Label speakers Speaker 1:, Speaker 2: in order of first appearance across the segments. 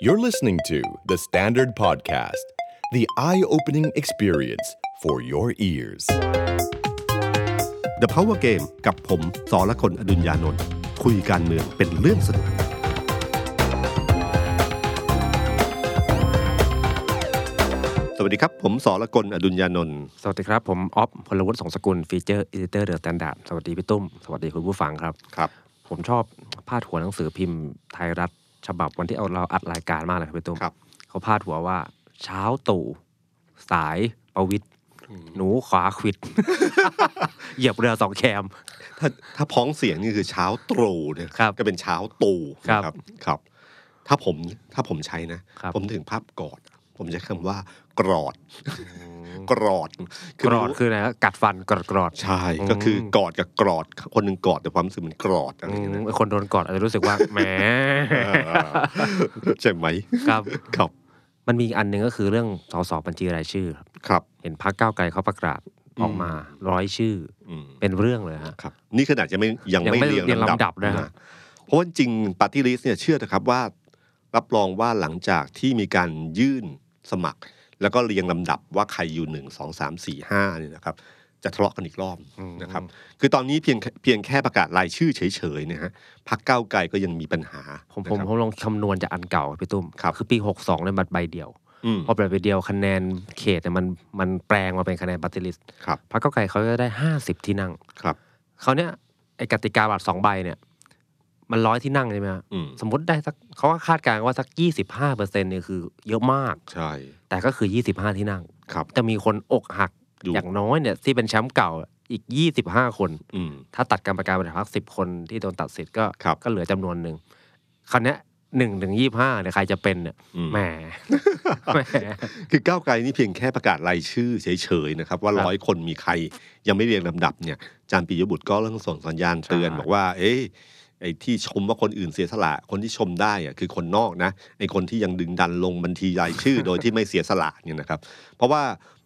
Speaker 1: You're listening to The Standard Podcast, the eye opening experience for your ears.
Speaker 2: The Power Game กับผมสอละคนอดุญญานนท์คุยการเมืองเป็นเรื่องสนุก สวัสดีครับ ผมสอละคนอดุญญานนท์
Speaker 3: สวัสดีครับ ผมออฟพลวุฒิสงสกุลฟีเจอร์อิดิเตอร์เดอะสแตนดาร์ดสวัสดีพี่ตุ้ม สวัสดีคุณผู้ฟังครับ
Speaker 2: ครับ
Speaker 3: ผมชอบพาดหัวหนังสือพิมพ์ไทยรัฐ ฉบับวันที่เอาเราอัดรายการมากเลยครับพี่ตุ้ม
Speaker 2: ครับ
Speaker 3: เขาพาดหัวว่า เช้าตู่สายประวิทย์หนูขวาขวิด เหยียบเรือสองแคม
Speaker 2: ถ้าถ้าพ้องเสียงนี่คือเช้าตรู่เนี่ย
Speaker 3: ครับ
Speaker 2: ก็เป็นเช้าตู่
Speaker 3: ครับ
Speaker 2: นะครับครับ ถ้าผมถ้าผมใช้นะ
Speaker 3: ครับ
Speaker 2: ผมถึงภาพกอด ผมใช้คำว่ากรอด กรอด
Speaker 3: กรอดคืออะไรนะกัดฟันกรอดกรอด
Speaker 2: ใช่
Speaker 3: อืม
Speaker 2: ก็คือกอดกับกรอด คนหนึ่งกอดแต่ความรู้สึกเหมันกรอดอะไรอย่างเงี้ยนะ
Speaker 3: อืมคนโดนกอดอาจจะรู้สึกว่า แหม
Speaker 2: ใช่ไหม
Speaker 3: ครับ
Speaker 2: ครับ
Speaker 3: มันมีอีกอันหนึ่งก็คือเรื่องสสบัญชีรายชื่อครับ
Speaker 2: ครับ
Speaker 3: เห็นพักก้าวไกลเขาประกาศออกมาร้อยชื่อ
Speaker 2: อืม
Speaker 3: เป็นเรื่องเลยฮะ
Speaker 2: ครับ นี่ขนาดยังไม่ยัง
Speaker 3: ยัง
Speaker 2: ไม่
Speaker 3: ไม่
Speaker 2: เรียง
Speaker 3: เรียงลำดับนะฮะ
Speaker 2: เพราะว่าจริงปาร์ตี้ลิสเนี่ยเชื่อเถอะครับว่า รับรองว่าหลังจากที่มีการยื่นสมัคร แล้วก็เรียงลำดับว่าใครอยู่หนึ่งสองสามสี่ห้าเนี่ยนะครับ จะทะเลาะกันอีกรอบนะครับ คือตอนนี้เพียงเพียงแค่ประกาศรายชื่อเฉยๆเนะฮะพักก้าวไกลก็ยังมีปัญหา
Speaker 3: ผม
Speaker 2: นะ
Speaker 3: ผม
Speaker 2: ครับ
Speaker 3: ผมลองคำนวณจากอันเก่าครับพี่ตุ้ม
Speaker 2: ครับ
Speaker 3: อปี 62เนี่ยบัตรใบเดียว
Speaker 2: อืม
Speaker 3: พอบัตรใบเดียวคะแนนเขตเนี่ยมันมันแปลงมาเป็นคะแนนปฏิริษี
Speaker 2: ครับ
Speaker 3: พรรคเก้าวไกลเขาจะได้ 50 ที่นั่ง
Speaker 2: ครับ
Speaker 3: เขาวเนี่ยไอ้กติกาบัตรสองใบเนี่ย มันร้อยที่นั่งใช่ไหมฮะ
Speaker 2: อืม
Speaker 3: สมมติได้สักเขาก็คาดการณ์ว่าสัก 25เปอร์เซ็นต์เนี่ยคือเยอะมาก
Speaker 2: ใช่
Speaker 3: แต่ก็คือ 25 ที่นั่ง
Speaker 2: ครับ
Speaker 3: จะมีคนอกหัก
Speaker 2: อยู่
Speaker 3: อย่างน้อยเนี่ยที่เป็นแชมป์เก่าอีก 25 คน
Speaker 2: อืม
Speaker 3: ถ้าตัดกรรมการบริหารพรรคสิบคนที่โดนตัดสิทธิ์ก็
Speaker 2: ครับ
Speaker 3: ก็เหลือจำนวนหนึ่งคราวเนี้หนึ่งถึงยี่ห้าเนี่ยใครจะเป็นเนี่ย
Speaker 2: อืม
Speaker 3: แหม แหม
Speaker 2: คือก้าวไกลนี่เพียงแค่ประกาศรายชื่อเฉยๆนะครับ ว่า
Speaker 3: ครับ
Speaker 2: ร้อยคนมีใครยังไม่เรียงลำดับเนี่ยอาจารย์ปิยบุตรก็เริ่มส่งสัญญาณเตือน
Speaker 3: ใช่
Speaker 2: บอกว่า เอ้ยไอ้ที่ชมว่าคนอื่นเสียสละ คนที่ชมได้อะคือคนนอกนะไอ้คนที่ยังดึงดันลงบัญชีรายชื่อ โดยที่ไม่เสียสละเนี่ยนะครับ เพราะว่า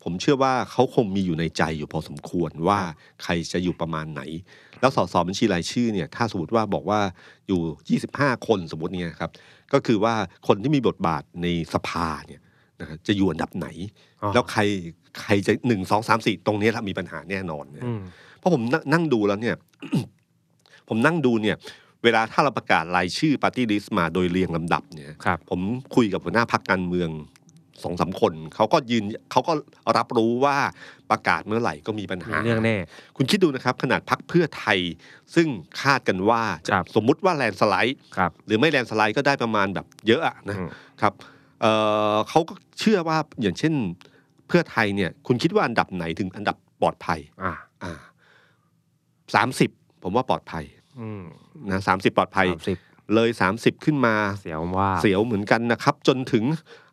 Speaker 2: ผมเชื่อว่าเขาคงมีอยู่ในใจอยู่พอสมควรว่าใครจะอยู่ประมาณไหน แล้วสสบัญชีรายชื่อเนี่ยถ้าสมมติว่าบอกว่าอยู่ 25 คนสมมติเนี่ยครับก็คือว่าคนที่มีบทบาทในสภาเนี่ยนะครับจะอยู่อันดับไหน
Speaker 3: อ๋อ
Speaker 2: แล้วใครใครจะหนึ่งสองสามสี่ตรงเนี้ยละมีปัญหาแน่นอนเนี่ย
Speaker 3: อืม
Speaker 2: เพราะผมนั่งนั่งดูแล้วเนี่ย ผมนั่งดูเนี่ย เวลาถ้าเราประกาศรายชื่อปาร์ตี้ลิสต์มาโดยเรียงลำดับเนี่ย
Speaker 3: ครับ
Speaker 2: ผมคุยกับหัวหน้าพักการเมืองสองสามคนเขาก็ยืนเขาก็รับรู้ว่าประกาศเมื่อไหร่ก็มีปัญ
Speaker 3: มี
Speaker 2: หา
Speaker 3: เรื่องแน่
Speaker 2: คุณคิดดูนะครับ ขนาดพักเพื่อไทย ซึ่งคาดกันว่าจะ
Speaker 3: ครับ
Speaker 2: สมมุติว่าแลนด์สไลด์
Speaker 3: ครับ
Speaker 2: หรือไม่แลนด์สไลด์ก็ได้ประมาณแบบเยอะอะนะ
Speaker 3: อืม
Speaker 2: ครับเอ่อเขาก็เชื่อว่าอย่างเช่นเพื่อไทยเนี่ย คุณคิดว่าอันดับไหนถึงอันดับปลอดภัย
Speaker 3: อ่า
Speaker 2: อ่าสามสิบผมว่าปลอดภัย
Speaker 3: อืม
Speaker 2: นะสามสิบปลอดภัย
Speaker 3: สามสิบ
Speaker 2: เลยสามสิบขึ้นมา
Speaker 3: เสียวว่า
Speaker 2: เสียวเหมือนกันนะครับ จนถึง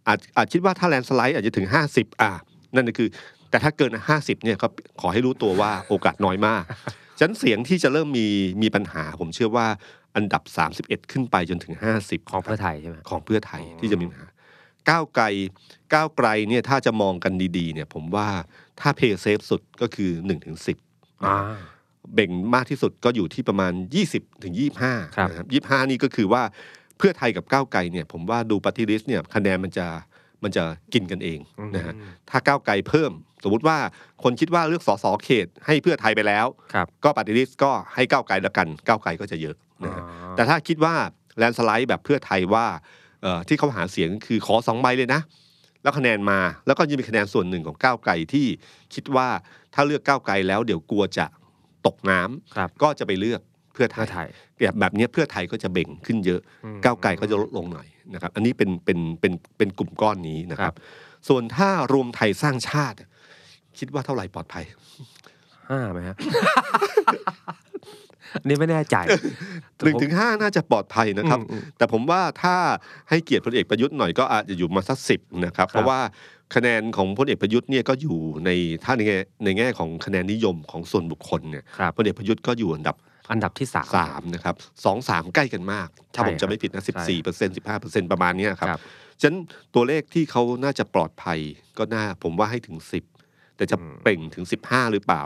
Speaker 2: อาจอาจคิดว่าถ้าแลนด์สไลด์อาจจะถึง 50 อ่ะนั่นก็คือ แต่ถ้าเกิน 50เนี่ยก็ขอให้รู้ตัวว่า โอกาสน้อยมาก ฉะนันเสียงที่จะเริ่มมีมีปัญหา ผมเชื่อว่าอันดับ 31 ขึ้นไปจนถึง 50
Speaker 3: ของเพื่อไทยใช่ไหม
Speaker 2: ของเพื่อไทย
Speaker 3: อืม
Speaker 2: ที่จะมีปัญหาก้าวไกลก้าวไกลเนี่ยถ้าจะมองกันดีๆเนี่ยผมว่าถ้าเพย์เซฟสุดก็คือ1-10ถึง10
Speaker 3: อ่า
Speaker 2: เบ่งมากที่สุดก็อยู่ที่ประมาณ 20ถึง
Speaker 3: ครั
Speaker 2: 25
Speaker 3: บ
Speaker 2: นะครับ25 นี่ก็คือว่าเพื่อไทยกับก้าวไกลเนี่ยผมว่าดูปฏิริษเนี่ยคะแนนมันจะมันจะกินกันเอง
Speaker 3: อืม
Speaker 2: นะฮะถ้าก้าวไกลเพิ่ม สมมติว่าคนคิดว่าเลือกสสเขต ให้เพื่อไทยไปแล้ว
Speaker 3: ครับ
Speaker 2: ก็ปฏิริษก็ให้ก้าวไกลละกันก้าวไกลก็จะเยอะนะฮะ
Speaker 3: อ๋อ
Speaker 2: แต่ถ้าคิดว่าแลนสไลด์แบบเพื่อไทยว่าเอ่อที่เขาหาเสียงคือขอสองใบเลยนะ แล้วคะแนนมาแล้วก็ยังมีคะแนนส่วนหนึ่งของก้าวไกลที่คิดว่าถ้าเลือกก้าวไกลแล้วเดี๋ยวกลัวจะตกน้ำ
Speaker 3: ครับ
Speaker 2: ก็จะไปเลือกเพื่อไท
Speaker 3: เพื่อย ไทย
Speaker 2: แบบแบบเนี้ยเพื่อไทยก็จะเบ่งขึ้นเยอะ
Speaker 3: อืม
Speaker 2: ก้าวไกลก็จะลดลงหน่อยนะครับ อันนี้เป็นเป็นเป็นเป็นกลุ่มก้อนนี้นะค
Speaker 3: ครั
Speaker 2: รับ
Speaker 3: บ
Speaker 2: ส่วนถ้ารวมไทยสร้างชาติ คิดว่าเท่าไหร่ปลอดภัย
Speaker 3: ห้าไหมฮะ อันนี่ไม่แน่ใจ
Speaker 2: หนึ่งถึงห้าน่าจะปลอดภัยนะครับ
Speaker 3: อืมอืม
Speaker 2: แต่ผมว่าถ้าให้เกียรติพลเอกประยุทธ์หน่อยก็อาจจะอยู่มาสักสิบนะครับ เพราะว่าคะแนนของพลเอกประยุทธ์เนี่ยก็อยู่ในถ้าในแง่ในแง่ของคะแนนนิยมของส่วนบุคคลเนี่ย
Speaker 3: ครับ
Speaker 2: พลเอกประยุทธ์ก็อยู่อันดับ
Speaker 3: อันดับที่สาม
Speaker 2: สามนะครับสองสามใกล้กันมาก ถ้าผมจะไม่ผิดนะสิบสี่เปอร์เซ็นต์สิบห้าเปอร์เซ็นต์ประมาณเนี้ยครับ
Speaker 3: ครับ
Speaker 2: ฉะนั้นตัวเลขที่เขาน่าจะปลอดภัยก็น่าผมว่าให้ถึงสิบแต่จะเปล่งถึงสิบห้าหรือเปล่า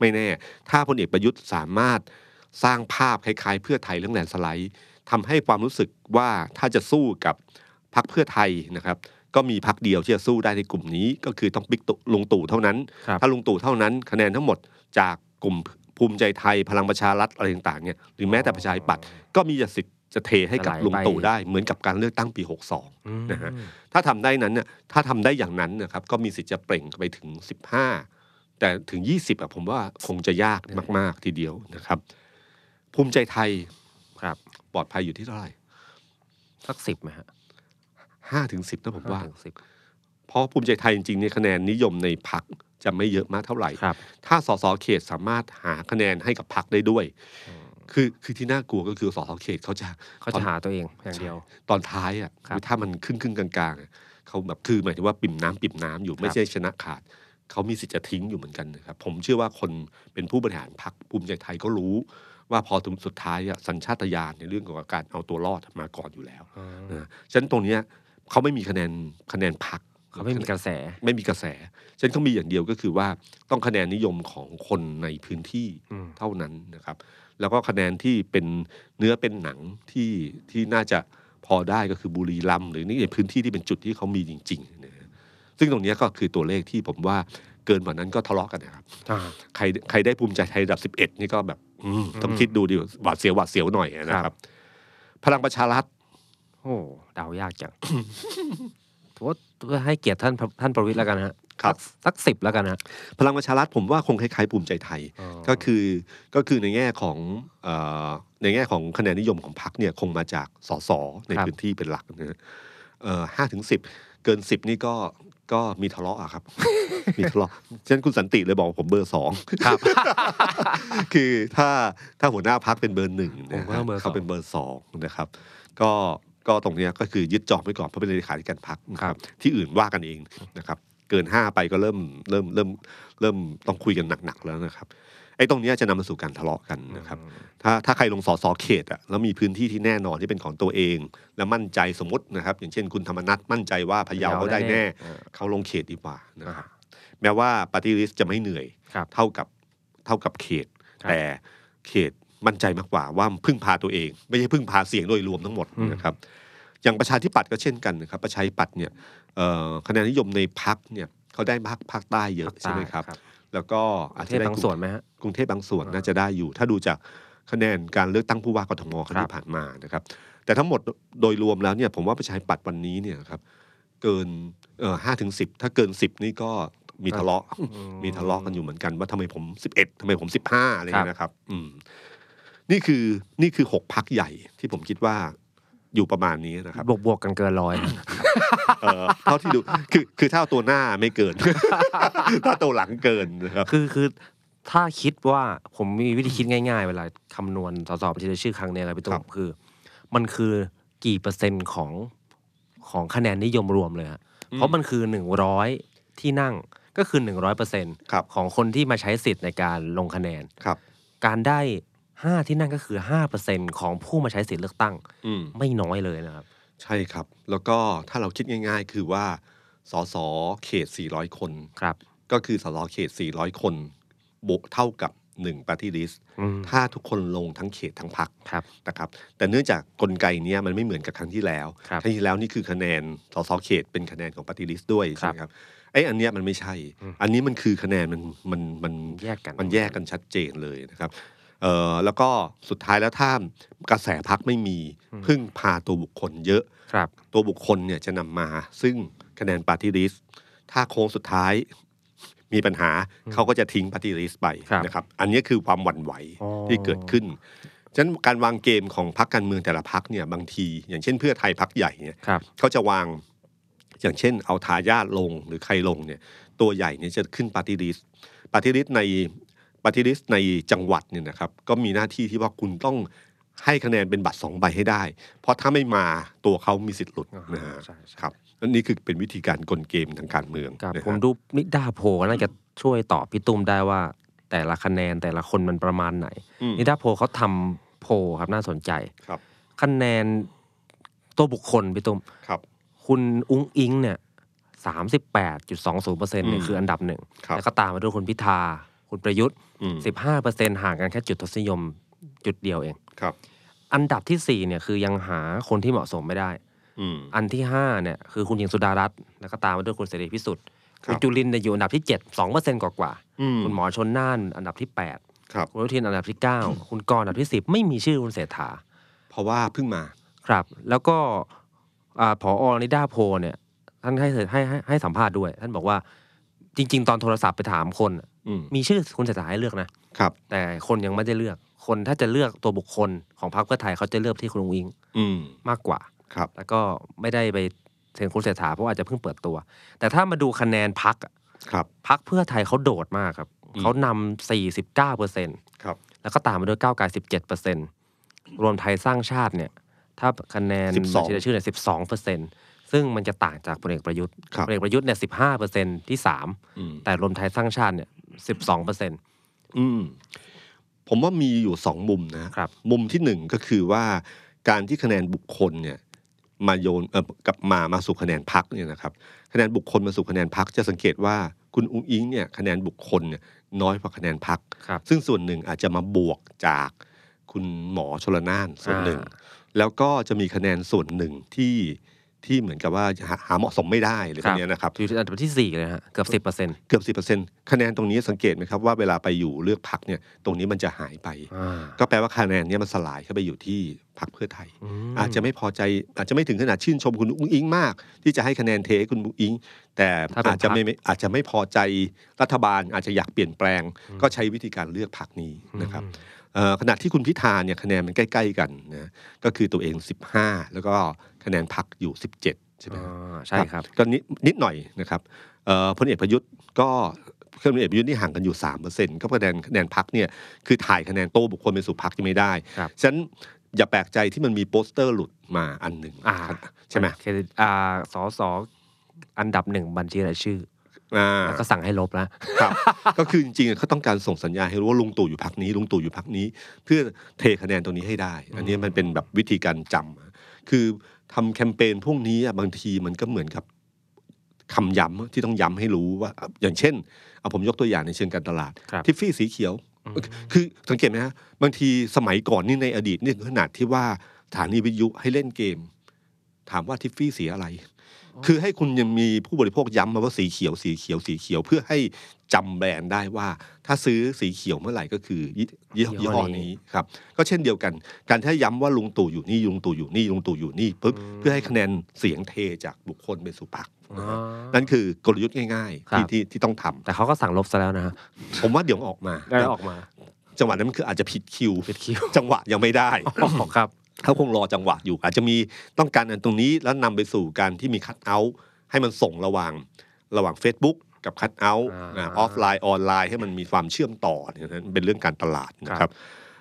Speaker 2: ไม่แน่ ถ้าพลเอกประยุทธ์สามารถสร้างภาพคล้ายๆ เพื่อไทยเรื่องแลนด์สไลด์ทำให้ความรู้สึกว่าถ้าจะสู้กับ พักเพื่อไทยนะครับก็มีพักเดียวที่จะสู้ได้ในกลุ่มนี้ก็คือต้องบิ๊กตู่ลุงตู่เท่านั้น
Speaker 3: ครับ
Speaker 2: ถ้าลุงตู่เท่านั้นคะแนนทั้งหมดจากกลุ่มภูมิใจไทยพลังประชารัฐอะไรต่างๆเนี่ยหรือแม้แต่ประชาธิปัตย์ก็มีสิทธิ์จะเทให้กับ
Speaker 3: จะไหลไป
Speaker 2: ลุงตู่ได้เหมือนกับการเลือกตั้งปี 62
Speaker 3: อืม
Speaker 2: นะฮะ ถ้าทำได้นั้นเนี่ยถ้าทำได้อย่างนั้นนะครับก็มีสิทธิ์จะเปล่งไปถึง 15 แต่ถึง 20อะผมว่าคงจะยากมาก ๆ ทีเดียวนะครับ ภูมิใจไทย
Speaker 3: ครับ
Speaker 2: ปลอดภัยอยู่ที่เท่าไหร่
Speaker 3: สักสิบไหมฮะ
Speaker 2: ห้าถึงสิบนะผมว่า
Speaker 3: ถึงสิบ
Speaker 2: เพราะภูมิใจไทยจริงๆเนี่ยคะแนนนิยมในพักจะไม่เยอะมากเท่าไหร่
Speaker 3: ครับ
Speaker 2: ถ้าสสเขตสามารถหาคะแนนให้กับพักได้ด้วย คือคือที่น่ากลัวก็คือสสเขตเขาจะ
Speaker 3: เขาจะหาตัวเองอย่างเดียว
Speaker 2: ตอนท้ายอ่ะ
Speaker 3: ครับ
Speaker 2: ถ้ามันครึ่งครึ่งๆกลางๆอะเขาแบบคือหมายถึงว่าปิ่มน้ำปิ่มน้ำอยู่ไม่ใช่ชนะขาด เขามีสิทธิ์จะทิ้งอยู่เหมือนกันนะครับ ผมเชื่อว่าคนเป็นผู้บริหารพรรคภูมิใจไทยก็รู้ ว่าพอถึงสุดท้ายอะสัญชาตญาณในเรื่องของการเอาตัวรอดมาก่อนอยู่แล้ว
Speaker 3: อืม
Speaker 2: นะฉะนั้นตรงเนี้ยเขาไม่มีคะแนนคะแนนพรรค
Speaker 3: เขาไม่มีกระแส
Speaker 2: ไม่มีกระแสฉะนันเขามีอย่างเดียวก็คือว่าต้องคะแนนนิยมของคนในพื้นที่
Speaker 3: อืม
Speaker 2: เท่านั้นนะครับ แล้วก็คะแนนที่เป็นเนื้อเป็นหนังที่ที่น่าจะพอได้ก็คือบุรีรัมย์หรือนี่ในพื้นที่ที่เป็นจุดที่เขามีจริงๆนะฮะซึ่งตรงเนี้ยก็คือตัวเลขที่ผมว่าเกินกว่านั้นก็ทะเลาะกันนะครับ
Speaker 3: อ่า
Speaker 2: ใครใครได้ภูมิใจไทยระดับ 11 นี่ก็แบบอืมต้อง
Speaker 3: อืม
Speaker 2: คิดดูดิหวาดเสียวหวาดเสียวหน่อยนะค
Speaker 3: ครั
Speaker 2: รับ
Speaker 3: บ
Speaker 2: พลังประชารัฐ
Speaker 3: โอ้เดายากจัง ถือว่าให้เกียรติท่านท่านประวิตยแล้วกันฮะ
Speaker 2: ครับ
Speaker 3: สักสิบแล้วกันฮะ
Speaker 2: พลังประชารัฐผมว่าคงคล้ายๆภูมิใจไทย ก็คือก็คือในแง่ของเออในแง่ของคะแนนนิยมของพรรคเนี่ยคงมาจากสสในพื้นที่เป็นหลักนะฮะห้าถึงสิบเกินสิบนี่ก็ก็มีทะเลาะอะ ครับ มีทะเลาะฉะนั้นคุณสันติเลยบอกว่าผมเบอร์สอง
Speaker 3: ครับ
Speaker 2: คือถ้าถ้าหัวหน้าพักเป็นเบอร์หนึ่งนะ
Speaker 3: ผม
Speaker 2: ฮะ
Speaker 3: ว่าเบอร์สอง
Speaker 2: เขาเป็นเบอร์สองนะครับก็ก็ตรงเนี้ยก็คือยึดจอบไว้ก่อนเพราะเป็นเลขาธิการพักนะครับที่อื่นว่ากันเองนะครับเกินห้าไปก็เริ่มเริ่มเริ่มเริ่มต้องคุยกันหนักๆแล้วนะครับ ไอ้ตรงเนี้ยจะนำมาสู่การทะเลาะกันนะครับ ถ้าถ้าใครลงสอสอเขตอะแล้วมีพื้นที่ที่แน่นอนที่เป็นของตัวเอง และมั่นใจสมมตินะครับ อย่างเช่นคุณธรรมนัฐมั่นใจว่าพะเยาเขาได้แน่
Speaker 3: เออ
Speaker 2: เขาลงเขตดีกว่านะครับแม้ว่าปฏิริษีจะไม่เหนื่อย
Speaker 3: ครับ
Speaker 2: เท่ากับเท่ากับเขต
Speaker 3: ครับ
Speaker 2: แต่เขตมั่นใจมากกว่าว่าพึ่งพาตัวเอง ไม่ใช่พึ่งพาเสียงโดยรวมทั้งหมด
Speaker 3: อืม
Speaker 2: นะครับ อย่างประชาธิปัตย์ก็เช่นกันนะครับ ประชาธิปัตย์เนี่ยเอ่อคะแนนนิยมในพักเนี่ยเขาได้พักภาคใต้เยอะใช่ไหมครับ แล้วก็
Speaker 3: ป
Speaker 2: อาจ
Speaker 3: ระเท
Speaker 2: จะ
Speaker 3: ศ
Speaker 2: ได้
Speaker 3: บาง
Speaker 2: กลุ่ม
Speaker 3: ส่วนไหมฮะ
Speaker 2: กรุงเทพบางส่วน
Speaker 3: อ่า
Speaker 2: น่าจะได้อยู่ ถ้าดูจากคะแนนการเลือกตั้งผู้ว่ากทมครั้ง
Speaker 3: ครับ
Speaker 2: ที่ผ่านมานะครับ แต่ทั้งหมดโดยรวมแล้วเนี่ยผมว่าประชาธิปัตย์วันนี้เนี่ยครับเกินเอ่อห้าถึงสิบถ้าเกินสิบนี่ก็มีทะเลาะ
Speaker 3: อื
Speaker 2: มีทะเลาะกันอยู่เหมือนกันว่าทำไมผมสิบเอ็ดทำไมผมสิบห้าอะไรอย่างเงี้ยนะครับ อืมนี่คือนี่คือหกพักใหญ่ที่ผมคิดว่าอยู่ประมาณนี้นะครับ
Speaker 3: บวกบวกกันเกินร้อยนะ
Speaker 2: เอ่อเท่าที่ดูคือคือถ้าเอาตัวหน้าไม่เกิน ถ้าตัวหลังเกินนะครับ
Speaker 3: คือคือถ้าคิดว่าผมมีวิธีคิดง่ายๆ เวลาคำนวณสอสอบัญชีรายชื่อครั้งเนี้ครับพี่
Speaker 2: ครั
Speaker 3: ตุ้ม
Speaker 2: บ
Speaker 3: คือ มันคือกี่เปอร์เซ็นต์ของของคะแนนนิยมรวมเลยฮะเพราะมันคือหนึ่งร้อยที่นั่งก็คือหนึ่งร้อยเปอร์เซ็นต์
Speaker 2: ครับ
Speaker 3: ของคนที่มาใช้สิทธิ์ในการลงคะแนน
Speaker 2: ครับ
Speaker 3: การได้ห้าที่นั่งก็คือห้าเปอร์เซ็นต์ของผู้มาใช้สิทธิ์เลือกตั้ง
Speaker 2: อืม
Speaker 3: ไม่น้อยเลยนะครับ
Speaker 2: ใช่ครับ แล้วก็ถ้าเราคิดง่าย ๆ คือว่าสสเขต 400 คน
Speaker 3: ครับ
Speaker 2: ก็คือสสเขต 400 คนบวกเท่ากับ1ปฏิริษ
Speaker 3: อืม
Speaker 2: ถ้าทุกคนลงทั้งเขตทั้งพัก
Speaker 3: ครับ
Speaker 2: นะครับ แต่เนื่องจากกลไกเนี้ยมันไม่เหมือนกับครั้งที่แล้ว
Speaker 3: ครับ
Speaker 2: งที่แล้วนี่คือคะแนนสสเขตเป็นคะแนนของปฏิริษด้วยใช่ไหมครับไอ้ยอันเนี้ยมันไม่ใช่ อันนี้มันคือคะแนนมันมันมัน
Speaker 3: แยกกัน
Speaker 2: มันแยกกันชัดเจนเลยนะครับเอ่อแล้วก็สุดท้ายแล้วถ้ากระแสพักไม่มีพึ่งพาตัวบุคคลเยอะ
Speaker 3: ครับ
Speaker 2: ตัวบุคคลเนี่ยจะนำมา ซึ่งคะแนนปาร์ตี้ลิสถ้าโค้งสุดท้ายมีปัญหาเขาก็จะทิ้งปาร์ตี้ลิสไป
Speaker 3: ครับ
Speaker 2: นะครับ อันนี้คือความหวั่นไหว
Speaker 3: อ๋อ
Speaker 2: ที่เกิดขึ้นฉะนั้นการวางเกมของพรรคการเมืองแต่ละพรรคเนี่ยบางที อย่างเช่นเพื่อไทยพรรคใหญ่เนี่ย
Speaker 3: ครับ
Speaker 2: เขาจะวางอย่างเช่นเอาทายาทลงหรือใครลงเนี่ยตัวใหญ่เนี่ยจะขึ้นปาร์ตี้ลิสต์ปาร์ตี้ลิสต์ในปาร์ตี้ลิสต์ในจังหวัดเนี่ยนะครับก็มีหน้าที่ที่ว่าคุณต้องให้คะแนนเป็นบัตรสองใบให้ได้ เพราะถ้าไม่มาตัวเขามีสิทธิ์หลุด
Speaker 3: อ่าฮะ
Speaker 2: นะฮะ
Speaker 3: ใช่ใช่
Speaker 2: ครับอันนี้คือเป็นวิธีการกลเกมทางการเมือง
Speaker 3: ครับ
Speaker 2: นะฮะ
Speaker 3: ผมดูนิดาโพลน่าจะช่วยตอบพี่ตุ้มได้ว่า แต่ละคะแนนแต่ละคนมันประมาณไหน
Speaker 2: อืม
Speaker 3: นิดาโพลเขาทำโพลครับน่าสนใจ
Speaker 2: ครับ
Speaker 3: คะแนนตัวบุคคลพี่ตุ้ม
Speaker 2: ครับ
Speaker 3: คุณอุ้งอิงเนี่ยสามสิบแปดจุดสองศูนย์เปอร์เซ็นต์เนี่ย
Speaker 2: อืม
Speaker 3: คืออันดับหนึ่ง
Speaker 2: ครับ
Speaker 3: แล้วก็ตามมาด้วยคุณพิธา คุณประยุทธ์
Speaker 2: อืม
Speaker 3: สิบห้าเปอร์เซ็นต์ห่างกันแค่จุดทศนิยมจุดเดียวเอง
Speaker 2: ครับ
Speaker 3: อันดับที่สี่เนี่ยคือยังหาคนที่เหมาะสมไม่ได้
Speaker 2: อืม
Speaker 3: อันที่ 5 เนี่ย คือคุณหญิงสุดารัตน์แล้วก็ตามมาด้วยคุณเสรีพิสุทธิ์
Speaker 2: ครับ
Speaker 3: คุณจุลินทร์เนี่ยอยู่อันดับที่ 7 2เปอร์เซ็นต์กว่า
Speaker 2: อืม
Speaker 3: ๆคุณหมอชนน่านอันดับที่ 8
Speaker 2: ครับ
Speaker 3: คุณอนุทินอันดับที่ 9 คุณกรณ์อันดับที่ 10 ไม่มีชื่อคุณเศรษฐา
Speaker 2: เพราะว่าเพิ่งมา
Speaker 3: ครับ แล้วก็อ่าผอนิดาโพลเนี่ยท่านให้ให้ให้ให้สัมภาษณ์ด้วย ท่านบอกว่าจริง ๆ ตอนโทรศัพท์ไปถามคนอะ
Speaker 2: อืม
Speaker 3: มีชื่อคุณเศรษฐาให้เลือกนะ
Speaker 2: ครับ
Speaker 3: แต่คนยังไม่ได้เลือก คนถ้าจะเลือกตัวบุคคลของพรรคเพื่อไทยเขาจะเลือกที่คุณอุ้งอิง
Speaker 2: อืม
Speaker 3: มากกว่า
Speaker 2: ครับ
Speaker 3: แล้วก็ไม่ได้ไปเซ็นคุณเศรษฐาเพราะอาจจะเพิ่งเปิดตัว แต่ถ้ามาดูคะแนนพัก
Speaker 2: ครับ
Speaker 3: พักเพื่อไทยเขาโดดมากครับ
Speaker 2: อืม
Speaker 3: เขานำ49เปอร์เซ็น
Speaker 2: ครับ
Speaker 3: แล้วก็ตามมาด้วยก้าวไกล17เปอร์เซ็นรวมไทยสร้างชาติเนี่ย ถ้าคะแนน
Speaker 2: 12
Speaker 3: บัญชีรายชื่อเนี่ย12เปอร์เซ็นซึ่งมันจะต่างจากพลเอกประยุทธ์
Speaker 2: ครับ
Speaker 3: พลเอกประยุทธ์เนี่ย15เปอร์เซ็นที่สาม
Speaker 2: อืม
Speaker 3: แต่รวมไทยสร้างชาติเนี่ย12เปอร์เซ็น
Speaker 2: อืมผมว่ามีอยู่สองมุมนะครับ มุมที่หนึ่งก็คือว่าการที่คะแนนบุคคลเนี่ยมาโยนเอ่อกลับมามาสู่คะแนนพักเนี่ยนะครับคะแนนบุคคลมาสู่คะแนนพักจะสังเกตว่าคุณอุ้งอิงเนี่ยคะแนนบุคคลเนี่ยน้อยกว่าคะแนนพัก
Speaker 3: ครับ
Speaker 2: ซึ่งส่วนหนึ่งอาจจะมาบวกจากคุณหมอชลนานส่วนหนึ่ง
Speaker 3: อ่า
Speaker 2: แล้วก็จะมีคะแนนส่วนหนึ่งที่ที่เหมือนกับว่าหาหาเหมาะสมไม่ได้เลยคนนี้ยนะครับ
Speaker 3: อยู่ที่อันดับที่สี่เลยนะฮะเกือบสิบเปอร์เซ็นต์
Speaker 2: เกือบสิเคะแนนตรงนี้สังเกตไหมครับว่าเวลาไปอยู่เลือกพักเนี่ยตรงนี้มันจะหายไป ก็แปลว่าคะแนนเนี่ยมันสลายเข้าไปอยู่ที่พักเพื่อไทย อาจจะไม่พอใจอาจจะไม่ถึงขนาดชื่นชมคุณอุ้งอิงมาก ที่จะให้คะแนนเทให้คุณอุ้งอิง แต่
Speaker 3: ถ้าเป็น
Speaker 2: อาจจะ
Speaker 3: พรรค
Speaker 2: ไม่ไม่อาจจะไม่พอใจรัฐบาลอาจจะอยากเปลี่ยนแปลง ก็ใช้วิธีการเลือกพักนี้นะครับเอ่อขณะที่คุณพิธาเนี่ยคะแนนมันใกล้ ๆ กันนะก็คือตัวเอง 15 แล้วก็คะแนนพักอยู่ 17ใช่ไหมฮะ
Speaker 3: ใช่ครับ
Speaker 2: ก็นิดนิดหน่อยนะครับเอ่อพลเอกประยุทธ์ก็คือพลเอกประยุทธ์นี่ห่างกันอยู่3%เปอร์เซ็นต์ก็คะแนนคะแนนพักเนี่ยคือถ่ายคะแนนโต้บุคคลเป็นสู่พักยังไม่ได้
Speaker 3: ครับ
Speaker 2: ฉะนั้นอย่าแปลกใจที่มันมีโปสเตอร์หลุดมาอันหนึ่ง
Speaker 3: อ่า
Speaker 2: ใช่ไหม
Speaker 3: เครดิตอ่าสอสออันดับหนึ่งบัญชีรายชื่อ
Speaker 2: อ่า
Speaker 3: อแล้วก็สั่งให้ลบแล้ว
Speaker 2: ครับ ก็คือจริงๆเขาต้องการส่งสัญญาณให้รู้ว่าลุงตู่อยู่พักนี้ลุงตู่อยู่พักนี้ เพื่อเทคะแนนตรงนี้ให้ได้ อันนี้มันเป็นแบบวิธีการจำคือทำแคมเปญพวกนี้อะบางทีมันก็เหมือนกับ คำย้ำที่ต้องย้ำให้รู้ว่า อย่างเช่นเอาผมยกตัวอย่างในเชิงการตลาด
Speaker 3: ครับ
Speaker 2: ทิฟฟี่สีเขียว คือสังเกตไหมฮะบางทีสมัยก่อนนี่ในอดีตนี่ขนาดที่ว่าสถานีวิทยุให้เล่นเกม ถามว่าทิฟฟี่สีอะไร คือให้คุณยังมีผู้บริโภคย้ำมาว่าสีเขียวสีเขียวสีเขียวเพื่อให้จำแบรนด์ได้ว่า ถ้าซื้อสีเขียวเมื่อไหร่ก็คือยี่ยี่ห้อ
Speaker 3: ยี่
Speaker 2: ยี่
Speaker 3: ห้
Speaker 2: ห้
Speaker 3: อ
Speaker 2: อ
Speaker 3: นี้
Speaker 2: นี้ครับก็เช่นเดียวกัน การที่ย้ำว่าลุงตู่อยู่นี่ลุงตู่อยู่นี่ลุงตู่อยู่นี่ปุ๊บเพื่อให้คะแนนเสียงเทจากบุคคลไปสู่พรรคนะฮะ นั่นคือกลยุทธ์ง่าย
Speaker 3: ค
Speaker 2: ๆ
Speaker 3: รั
Speaker 2: ที่
Speaker 3: บ
Speaker 2: ที่ที่ต้องทำ
Speaker 3: แต่เขาก็สั่งลบซะแล้วนะฮะ
Speaker 2: ผมว่าเดี๋ยวออกมา
Speaker 3: ได้ออกมา
Speaker 2: จังหวะนั้นมันคืออาจจะผิดคิว
Speaker 3: ปิดคิว
Speaker 2: จังหวะยังไม่ได้
Speaker 3: ครับ
Speaker 2: เขาคงรอจังหวะอยู่ อาจจะมีต้องการอันตรงนี้แล้วนำไปสู่การที่มีคัดเอาท์ให้มันส่งระหว่างระหว่าง Facebook กับคัดเอาท์
Speaker 3: อ่า
Speaker 2: ออฟไลน์ออนไลน์ให้มันมีความเชื่อมต่อเนี่ยนะเป็นเรื่องการตลาดนะครับ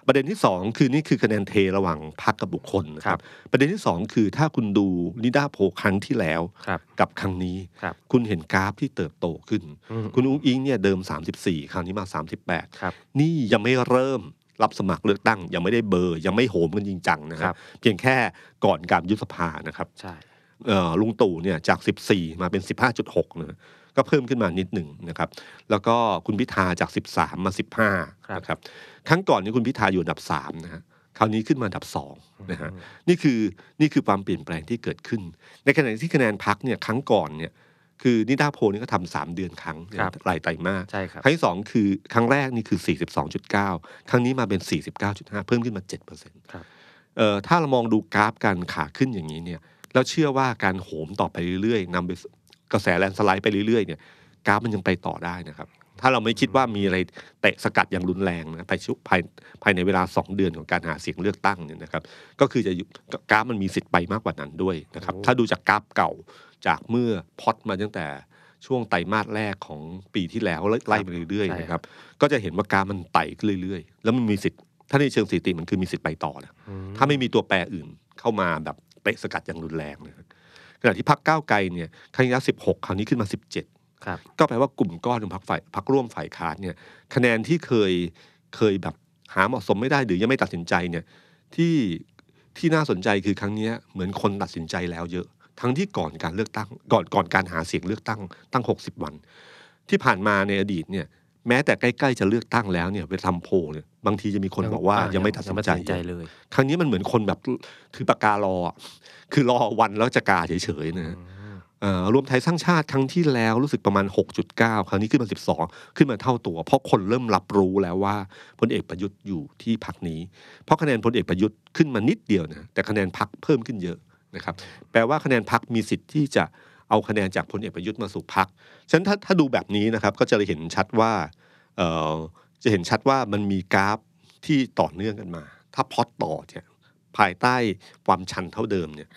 Speaker 2: ประเด็นที่ 2 คือนี่คือคะแนนเทระหว่างพักกับบุคคลนะค
Speaker 3: ครั
Speaker 2: รับ บ ประเด็นที่ 2 คือถ้าคุณดูนิด้าโพลครั้งที่แล้ว
Speaker 3: ครับ
Speaker 2: กับครั้งนี้
Speaker 3: ครับ
Speaker 2: คุณเห็นกราฟที่เติบโตขึ้น
Speaker 3: อืม
Speaker 2: คุณอุ้งอิงเนี่ยเดิม 34 คราวนี้มา
Speaker 3: ครับ
Speaker 2: 38 นี่ยังไม่เริ่มรับสมัครเลือกตั้ง ยังไม่ได้เบอร์ ยังไม่โหมกันจริงจังนะค
Speaker 3: ครั
Speaker 2: รับ
Speaker 3: บ
Speaker 2: เพียงแค่ก่อนการยุบสภานะครับ
Speaker 3: ใช่
Speaker 2: เอ่อลุงตู่เนี่ยจาก 14 มาเป็น 15.6นะก็เพิ่มขึ้นมานิดหนึ่งนะครับ แล้วก็คุณพิธาจาก 13 มา 15นะครับครั้งก่อนนี้คุณพิธาอยู่อันดับ3นะฮะคราวนี้ขึ้นมาอันดับ2นะฮะ นี่คือนี่คือความเปลี่ยนแปลงที่เกิดขึ้น ในขณะที่คะแนนพักเนี่ยครั้งก่อนเนี่ยคือนิดาโพลนี่ก็ทำสามเดือนครั้งหลายไตรมาส
Speaker 3: ใช่ครับ
Speaker 2: ครั้งที่สองคือครั้งแรกนี่คือ 42.9 ครั้งนี้มาเป็น 49.5 เพิ่มขึ้นมา 7%
Speaker 3: ครับ
Speaker 2: เอ่อถ้าเรามองดูกราฟการขาขึ้นอย่างนี้เนี่ยแล้วเชื่อว่าการโหมต่อไปเรื่อยๆนำไปสู่กระแสแลนด์สไลด์ไปเรื่อยๆเนี่ยกราฟมันยังไปต่อได้นะครับ ถ้าเราไม่คิดว่ามีอะไรเตะสกัดอย่างรุนแรงนะภายชุภายภายในเวลา 2 เดือนของการหาเสียงเลือกตั้งเนี่ยนะครับ ก็คือจะอยู่กราฟมันมีสิทธิ์ไปมากกว่านั้นด้วยนะครับ
Speaker 3: โอ้
Speaker 2: ถ้าดูจากกราฟเก่าจากเมื่อพล็อตมาตั้งแต่ช่วงไตรมาสแรกของปีที่แล้วแล้วไล่ไปเรื่อยๆนะครับ ก็จะเห็นว่ากราฟมันไต่ขึ้นเรื่อยๆ แล้วมันมีสิทธิ์ถ้าในเชิงสถิติมันคือมีสิทธิ์ไปต่อนะ
Speaker 3: อืม
Speaker 2: ถ้าไม่มีตัวแปรอื่นเข้ามาแบบเตะสกัดอย่างรุนแรงนะครับขณะที่พักก้าวไกลเนี่ยครั้งที่แล้วสิบหกคราวนี้ขึ้นมาสิบเจ็ด
Speaker 3: ครับ
Speaker 2: ก็แปลว่ากลุ่มก้อนของพักฝ่ายพักร่วมฝ่ายค้านเนี่ยคะแนนที่เคยเคยแบบหาเหมาะสมไม่ได้หรือยังไม่ตัดสินใจเนี่ยที่ที่น่าสนใจคือครั้งเนี้ยเหมือนคนตัดสินใจแล้วเยอะ ทั้งที่ก่อนการเลือกตั้งก่อนก่อนการหาเสียงเลือกตั้งตั้ง 60 วัน ที่ผ่านมาในอดีตเนี่ย แม้แต่ใกล้ๆจะเลือกตั้งแล้วเนี่ยไปทำโพลเนี่ยบางทีจะมีคนบอกว่ายังไม่ตัดสินใจ
Speaker 3: ใจเลย
Speaker 2: ครั้งนี้มันเหมือนคนแบบถือปากการออะคือรอวันแล้วจะกาเฉยๆนะฮะเอ่อรวมไทยสร้างชาติครั้งที่แล้วรู้สึกประมาณ 6.9 ครั้งนี้ขึ้นมา 12 ขึ้นมาเท่าตัว เพราะคนเริ่มรับรู้แล้วว่าพลเอกประยุทธ์อยู่ที่พักนี้ เพราะคะแนนพลเอกประยุทธ์ขึ้นมานิดเดียวนะแต่คะแนนพักเพิ่มขึ้นเยอะนะครับแปลว่าคะแนนพักมีสิทธิ์ที่จะเอาคะแนนจากพลเอกประยุทธ์มาสู่พักฉะนั้นถ้าถ้าดูแบบนี้นะครับก็จะเห็นชัดว่าเอ่อจะเห็นชัดว่ามันมีกราฟ ที่ต่อเนื่องกันมา ถ้าพล็อตต่อเนี่ยภายใต้ความชันเท่าเดิมเนี่ย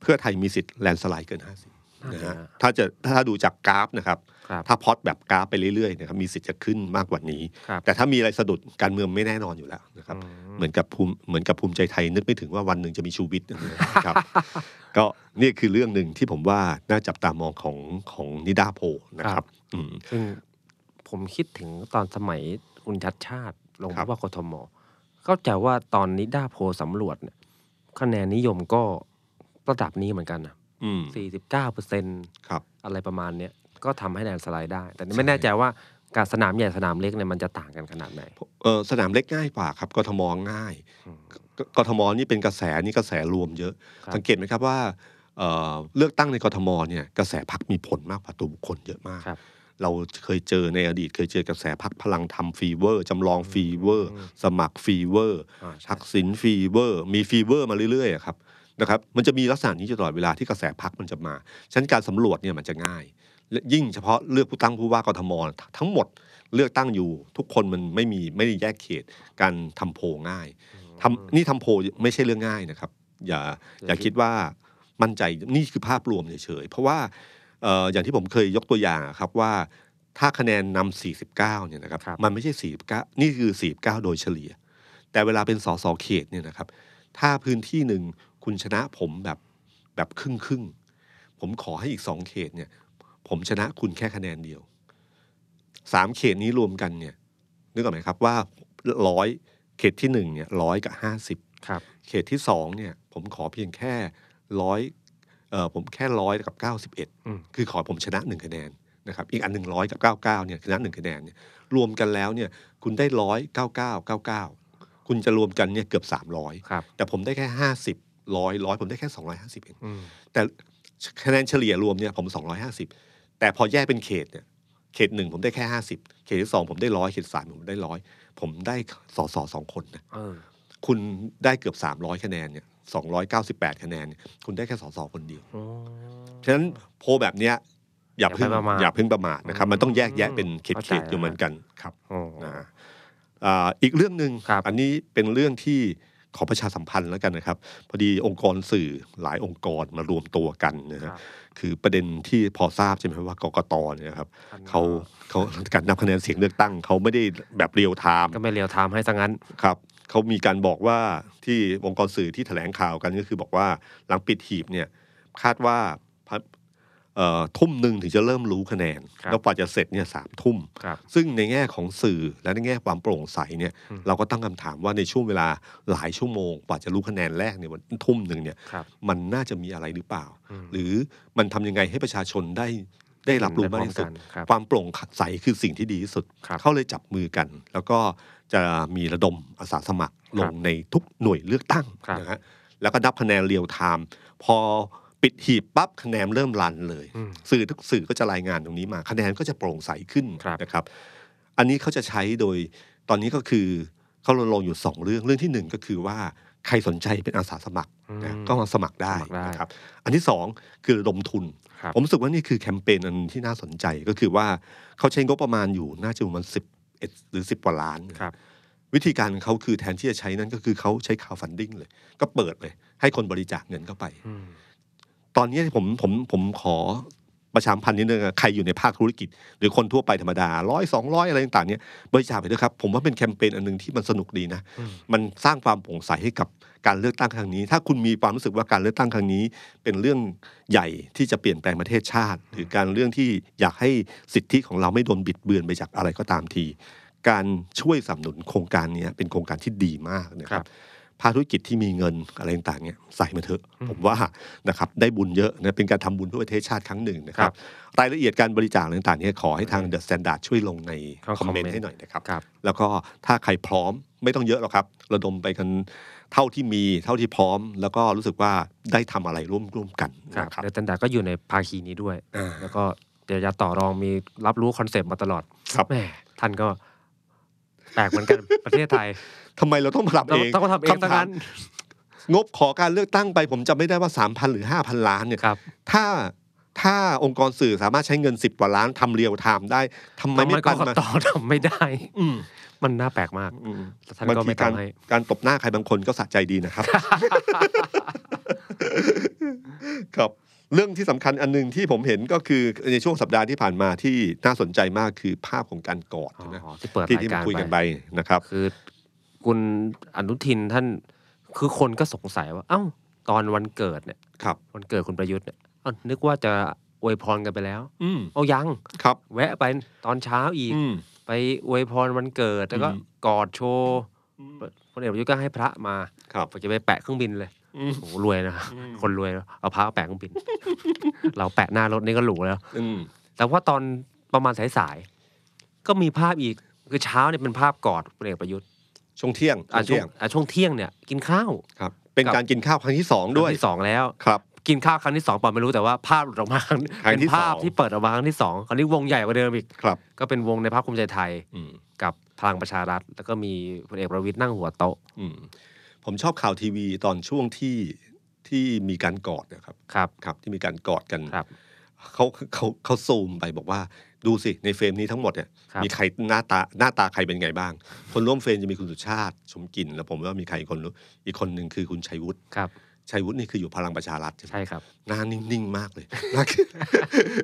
Speaker 2: เพื่อไทยมีสิทธิ์แลนด์สไลด์เกิน 50นะฮะถ้าจะถ้าดูจากกราฟนะครับ
Speaker 3: ครับ
Speaker 2: ถ้าพล็อตแบบกราฟไปเรื่อยๆนะครับมีสิทธิ์จะขึ้นมากกว่านี้
Speaker 3: ครับ
Speaker 2: แต่ถ้ามีอะไรสะดุดการเมืองไม่แน่นอนอยู่แล้วนะครับ เหมือนกับภูมิเหมือนกับภูมิใจไทยนึกไม่ถึงว่าวันหนึ่งจะมีชูวิทย์ นะครับ ก็นี่คือเรื่องหนึ่งที่ผมว่าน่าจับตามองของของนิดาโพลนะครับ อืม
Speaker 3: ซึ่งผมคิดถึงตอนสมัยคุณชัดชาติลง
Speaker 2: ครับ
Speaker 3: ผู้ว่ากทม เข้าใจว่าตอนนี้ด้าโพลสำรวจเนี่ยคะแนนนิยมก็ระดับนี้เหมือนกันนะ
Speaker 2: อืม
Speaker 3: 49เปอร์เซ็น
Speaker 2: ครับ
Speaker 3: อะไรประมาณเนี้ยก็ทำให้แลนด์สไลด์ได้ แต่ไม่แน่ใจว่าการสนามใหญ่สนามเล็กเนี่ยมันจะต่างกันขนาดไหน
Speaker 2: เออสนามเล็กง่ายกว่าครับกทมง่าย
Speaker 3: อืม
Speaker 2: กกทมนี่เป็นกระแสนี่กระแสรวมเยอะ
Speaker 3: ครับ
Speaker 2: สังเกตไหมครับว่าเอ่อเลือกตั้งในกทมเนี่ยกระแสพักมีผลมากกว่าตัวบุคคลเยอะมาก
Speaker 3: ครับ
Speaker 2: เราเคยเจอในอดีต เคยเจอกระแสพักพลังธรรมฟีเวอร์จำลองฟีเวอร์
Speaker 3: อืม
Speaker 2: สมัครฟีเวอร์
Speaker 3: อ่าใช่
Speaker 2: ทักษิณฟีเวอร์ มีฟีเวอร์มาเรื่อยๆอะครับนะครับ มันจะมีลักษณะนี้อยู่ตลอดเวลาที่กระแสพักมันจะมาฉะนั้นการสำรวจเนี่ยมันจะง่ายและยิ่งเฉพาะเลือกผู้ตั้งผู้ว่ากทมทั้งหมดเลือกตั้งอยู่ ทุกคนมันไม่มีไม่ได้แยกเขตการทำโพลง่ายทำนี่ทำโพลไม่ใช่เรื่องง่ายนะครับ อย่าอย่าคิดว่ามั่นใจนี่คือภาพรวมเฉยๆเพราะว่าเอ่ออย่างที่ผมเคยยกตัวอย่างอะครับว่าถ้าคะแนนนำ49เนี่ยนะครับ
Speaker 3: ครับ
Speaker 2: มันไม่ใช่49นี่คือ 49 โดยเฉลี่ย แต่เวลาเป็นสสเขตเนี่ยนะครับ ถ้าพื้นที่หนึ่งคุณชนะผมแบบแบบครึ่งครึ่งๆผมขอให้อีกสองเขตเนี่ย ผมชนะคุณแค่คะแนนเดียวสามเขตนี้รวมกันเนี่ยนึกออกไหมครับว่าร้อยเขตที่หนึ่งเนี่ยร้อยกับห้าสิบ
Speaker 3: ครับ
Speaker 2: เขตที่สองเนี่ย ผมขอเพียงแค่ร้อยเอ่อผมแค่ร้อยกับเก้าสิบเอ็ด
Speaker 3: อืม
Speaker 2: คือขอผมชนะหนึ่งคะแนนนะครับ อีกอันหนึ่งร้อยกับเก้าเก้าเนี่ยชนะหนึ่งคะแนนเนี่ยรวมกันแล้วเนี่ย คุณได้ร้อยเก้าเก้าเก้าเก้าคุณจะรวมกันเนี่ยเกือบสามร้อย
Speaker 3: ครับ
Speaker 2: แต่ผมได้แค่ห้าสิบร้อยร้อยผมได้แค่สองร้อยห้าสิบเอง
Speaker 3: อืม
Speaker 2: แต่คะแนนเฉลี่ยรวมเนี่ยผมสองร้อยห้าสิบแต่พอแยกเป็นเขตเนี่ยเขตหนึ่งผมได้แค่ห้าสิบเขตที่สองผมได้ร้อยเขตสามผมได้ร้อยผมได้สอสอสองคนนะ
Speaker 3: เออ
Speaker 2: คุณได้เกือบสามร้อยคะแนนเนี่ยสองร้อยเก้าสิบแปดคะแนนเนี่ยคุณได้แค่สอสอคนเดียว ฉะนั้นโพลแบบเนี้ยอย่าเพิ่ง
Speaker 3: อย่าไปประมาท
Speaker 2: อย่าเพิ่งประมาทนะครับ มันต้องแยกแยะเป็นเขต
Speaker 3: เข้า
Speaker 2: เข
Speaker 3: ใจ
Speaker 2: ตอยู่เหมือนกันครับ
Speaker 3: อ๋อ
Speaker 2: นะอ่าอีกเรื่องหนึ่ง
Speaker 3: ครับ
Speaker 2: อันนี้เป็นเรื่องที่ขอประชาสัมพันธ์แล้วกันนะครับ พอดีองค์กรสื่อหลายองค์กรมารวมตัวกันนะค
Speaker 3: ครั
Speaker 2: รับบ คือประเด็นที่พอทราบใช่ไหมครับว่ากกตเนี่ยครับ
Speaker 3: อันนั้น
Speaker 2: เขาเขาการนับคะแนนเสียงเลือกตั้งเขาไม่ได้แบบเรียลไทม์
Speaker 3: ก็ไม่เรียวไทม์ให้ซะงั้น
Speaker 2: ครับเขามีการบอกว่าที่องค์กรสื่อที่แถลงข่าวกันก็คือบอกว่าหลังปิดหีบเนี่ยคาดว่าพัดเอ่อทุ่มหนึ่งถึงจะเริ่มรู้คะแนน
Speaker 3: ครับ
Speaker 2: แล้วกว่าจะเสร็จเนี่ยสามทุ่ม
Speaker 3: ครับ
Speaker 2: ซึ่งในแง่ของสื่อและในแง่ความโปร่งใสเนี่ย
Speaker 3: อืม
Speaker 2: เราก็ตั้งคำถามว่าในช่วงเวลาหลายชั่วโมงกว่าจะรู้คะแนนแรกเนี่ยวันทุ่มหนึ่งเนี่ย
Speaker 3: ครับ
Speaker 2: มันน่าจะมีอะไรหรือเปล่า
Speaker 3: อืม
Speaker 2: หรือมันทำยังไงให้ประชาชนได้ได้รับรู้มากที่สุด
Speaker 3: ได้พร้อมกันครับ
Speaker 2: ความโปร่งใสคือสิ่งที่ดีที่สุด
Speaker 3: ครับ
Speaker 2: เขาเลยจับมือกัน แล้วก็จะมีระดมอาสาสมัครลงในทุกหน่วยเลือกตั้ง
Speaker 3: ครับ
Speaker 2: นะฮะแล้วก็นับคะแนนเรียลไทม์พอปิดหีบปั๊บคะแนนเริ่มรันเลย
Speaker 3: อืม
Speaker 2: สื่อทุกสื่อก็จะรายงานตรงนี้มา คะแนนก็จะโปร่งใสขึ้น
Speaker 3: ครับ
Speaker 2: นะครับ อันนี้เขาจะใช้โดยตอนนี้ก็คือเขารณรงค์อยู่สองเรื่องเรื่องที่หนึ่งก็คือว่าใครสนใจเป็นอาสาสมัครนะก็มาสมัครได้
Speaker 3: สมัครได้
Speaker 2: นะครับ อันที่สองคือระดมทุน
Speaker 3: ครับ
Speaker 2: ผมรู้สึกว่านี่คือแคมเปญอันที่น่าสนใจก็คือว่าเขาใช้งบประมาณอยู่น่าจะประมาณสิบเอ็ดหรือสิบกว่าล้าน
Speaker 3: ครับ
Speaker 2: วิธีการของเขาคือแทนที่จะใช้นั่นก็คือเขาใช้คาวฟันดิ้งเลย ก็เปิดเลย ให้คนบริจาคเงินเข้าไป
Speaker 3: อืม
Speaker 2: ตอนนี้ผมผมผมขอประชาสัมพันธ์นิดนึงอะใครอยู่ในภาคธุรกิจ หรือคนทั่วไปธรรมดาร้อยสองร้อยอะไรต่างๆเนี่ยบริจาคไปด้วยครับ ผมว่าเป็นแคมเปญอันหนึงที่มันสนุกดีนะ
Speaker 3: อืม
Speaker 2: มันสร้างความโปร่งใสให้กับการเลือกตั้งครั้งนี้ ถ้าคุณมีความรู้สึกว่าการเลือกตั้งครั้งนี้ เป็นเรื่องใหญ่ที่จะเปลี่ยนแปลงประเทศชาติ หรือการเรื่องที่อยากให้สิทธิของเราไม่โดนบิดเบือนไปจากอะไรก็ตามที การช่วยสนับสนุนโครงการเนี้ยเป็นโครงการที่ดีมากนะค
Speaker 3: ครั
Speaker 2: รับ
Speaker 3: บ
Speaker 2: ภาคธุรกิจที่มีเงินอะไรต่างๆเนี่ยใส่มาเถอะ ผมว่านะครับได้บุญเยอะนะเป็นการทำบุญเพื่อประเทศชาติครั้งหนึ่งนะครั
Speaker 3: ครับ บ
Speaker 2: รายละเอียดการบริจาคอะไรต่างๆเนี่ยขอให้ทางเดอะสแตนดาร์ดช่วยลงใน
Speaker 3: ครับ
Speaker 2: คอมเมน
Speaker 3: comment
Speaker 2: ต์ให้หน่อยนะครับ
Speaker 3: ครับ
Speaker 2: แล้วก็ถ้าใครพร้อมไม่ต้องเยอะหรอกครับ ระดมไปกันเท่าที่มีเท่าที่พร้อม แล้วก็รู้สึกว่าได้ทำอะไรร่วมร่วมๆกัน
Speaker 3: ครับ
Speaker 2: นะครับ
Speaker 3: เดลตันดาก็อยู่ในภาคีนี้ด้วย
Speaker 2: อ่า
Speaker 3: แล้วก็เดียวยาต่อรองมีรับรู้คอนเซปต์มาตลอด
Speaker 2: ครับ
Speaker 3: แหมท่านก็แปลกเหมือนกัน ประเทศไทย
Speaker 2: ทำไมเราต้องมาทำ
Speaker 3: ต้อ
Speaker 2: เอง ง
Speaker 3: ต้องทำเอง
Speaker 2: คำ
Speaker 3: ทั้ง
Speaker 2: ถาม
Speaker 3: นั้น
Speaker 2: งบขอการเลือกตั้งไป ผมจำไม่ได้ว่า 3,000 หรือ 5,000 ล้านเนี่ย
Speaker 3: ครับ
Speaker 2: ถ้าถ้าองค์กรสื่อสามารถใช้เงิน 10 กว่าล้านทำเรียวไทม์ได้ทำไม
Speaker 3: ทำไม
Speaker 2: ไม่
Speaker 3: ก็
Speaker 2: ปันมา
Speaker 3: ต่อ ทำไม่ได้
Speaker 2: อืม
Speaker 3: มันน่าแปลกมาก
Speaker 2: อืม
Speaker 3: แต่ท่าน
Speaker 2: บาง
Speaker 3: ก็
Speaker 2: ที
Speaker 3: ไม่
Speaker 2: การ
Speaker 3: ทำให้
Speaker 2: การตบหน้าใครบางคนก็สะใจดี นะครับ ครับเรื่องที่สำคัญอันหนึงที่ผมเห็นก็คือในช่วงสัปดาห์ที่ผ่านมาที่น่าสนใจมากคือภาพของการกอด
Speaker 3: อ๋อ
Speaker 2: นะ
Speaker 3: ที่เปิด
Speaker 2: ที่
Speaker 3: ราย
Speaker 2: ที่
Speaker 3: การ
Speaker 2: คุยกัน
Speaker 3: ไป
Speaker 2: ไปนะครับ
Speaker 3: คือคุณอนุทินท่านคือคนก็สงสัยว่า เอ้า ตอนวันเกิดเนี่ย
Speaker 2: ครับ
Speaker 3: วันเกิดคุณประยุทธ์เนี่ยเอ้านึกว่าจะอวยพรกันไปแล้ว
Speaker 2: อืม
Speaker 3: เอายัง
Speaker 2: ครับ
Speaker 3: แวะไปตอนเช้าอีก
Speaker 2: อืม
Speaker 3: ไปอวยพรวันเกิด แล้วก็
Speaker 2: อืม
Speaker 3: กอดโชว์พลเอกประยุทธ์ก็ให้พระมา
Speaker 2: ครับ
Speaker 3: ผมจะไปแปะเครื่องบินเลย
Speaker 2: อืม
Speaker 3: โอ้โหรวยนะ
Speaker 2: อืม
Speaker 3: คนรวยเอาพระมาแปะเครื่องบิน เราแปะหน้ารถนี่ก็หรูแล้ว
Speaker 2: อืม
Speaker 3: แต่ว่าตอนประมาณสายๆก็มีภาพอีกคือเช้าเนี่ยเป็นภาพกอดพลเอกประยุทธ์
Speaker 2: ช่วงเที่ยง
Speaker 3: อ่ะช่วงอ่ะช่วงเที่ยงเนี่ยกินข้าว
Speaker 2: ครับ เป็นการกินข้าวครั้งที่สอง
Speaker 3: ด้
Speaker 2: ด้
Speaker 3: ว
Speaker 2: วยย
Speaker 3: ที่สองแล้ว
Speaker 2: ครับ
Speaker 3: กินข้าวครั้งที่สองเปล่าไม่รู้แต่ว่าภาพหลุดออกมาครั้ง
Speaker 2: ครั้ง
Speaker 3: เป็น
Speaker 2: ที่
Speaker 3: ภาพ
Speaker 2: สอง
Speaker 3: ที่เปิดออกมาครั้งที่สองคราวนี้วงใหญ่กว่าเดิมอีก
Speaker 2: ครับ
Speaker 3: ก็เป็นวงในพรรคภูมิใจไทย
Speaker 2: อืม
Speaker 3: กับพลังประชารัฐ แล้วก็มีพลเอกประวิตยนั่งหัวโต๊ะ
Speaker 2: อืมผมชอบข่าวทีวีตอนช่วงที่ที่มีการกอดนะครับ
Speaker 3: ครับ
Speaker 2: ครับ ที่มีการกอดกัน
Speaker 3: ครับ
Speaker 2: เขาเขาเขาซูมไปบอกว่า ดูสิในเฟรมนี้ทั้งหมดเนี่ย
Speaker 3: ครับ
Speaker 2: มีใครหน้าตาหน้าตาใครเป็นไงบ้าง คนร่วมเฟรมจะมีคุณสุชาติชมกลิ่นแล้วผมว่ามีใครอีกคนรู้อีกคนหนึ่งคือคุณชัยวุฒิ
Speaker 3: ครับ
Speaker 2: ชัยวุฒินี่คืออยู่พลังประชารัฐใช่ไหม
Speaker 3: ใช่ครับ
Speaker 2: หน้านิ่ง ๆ ม ากเลย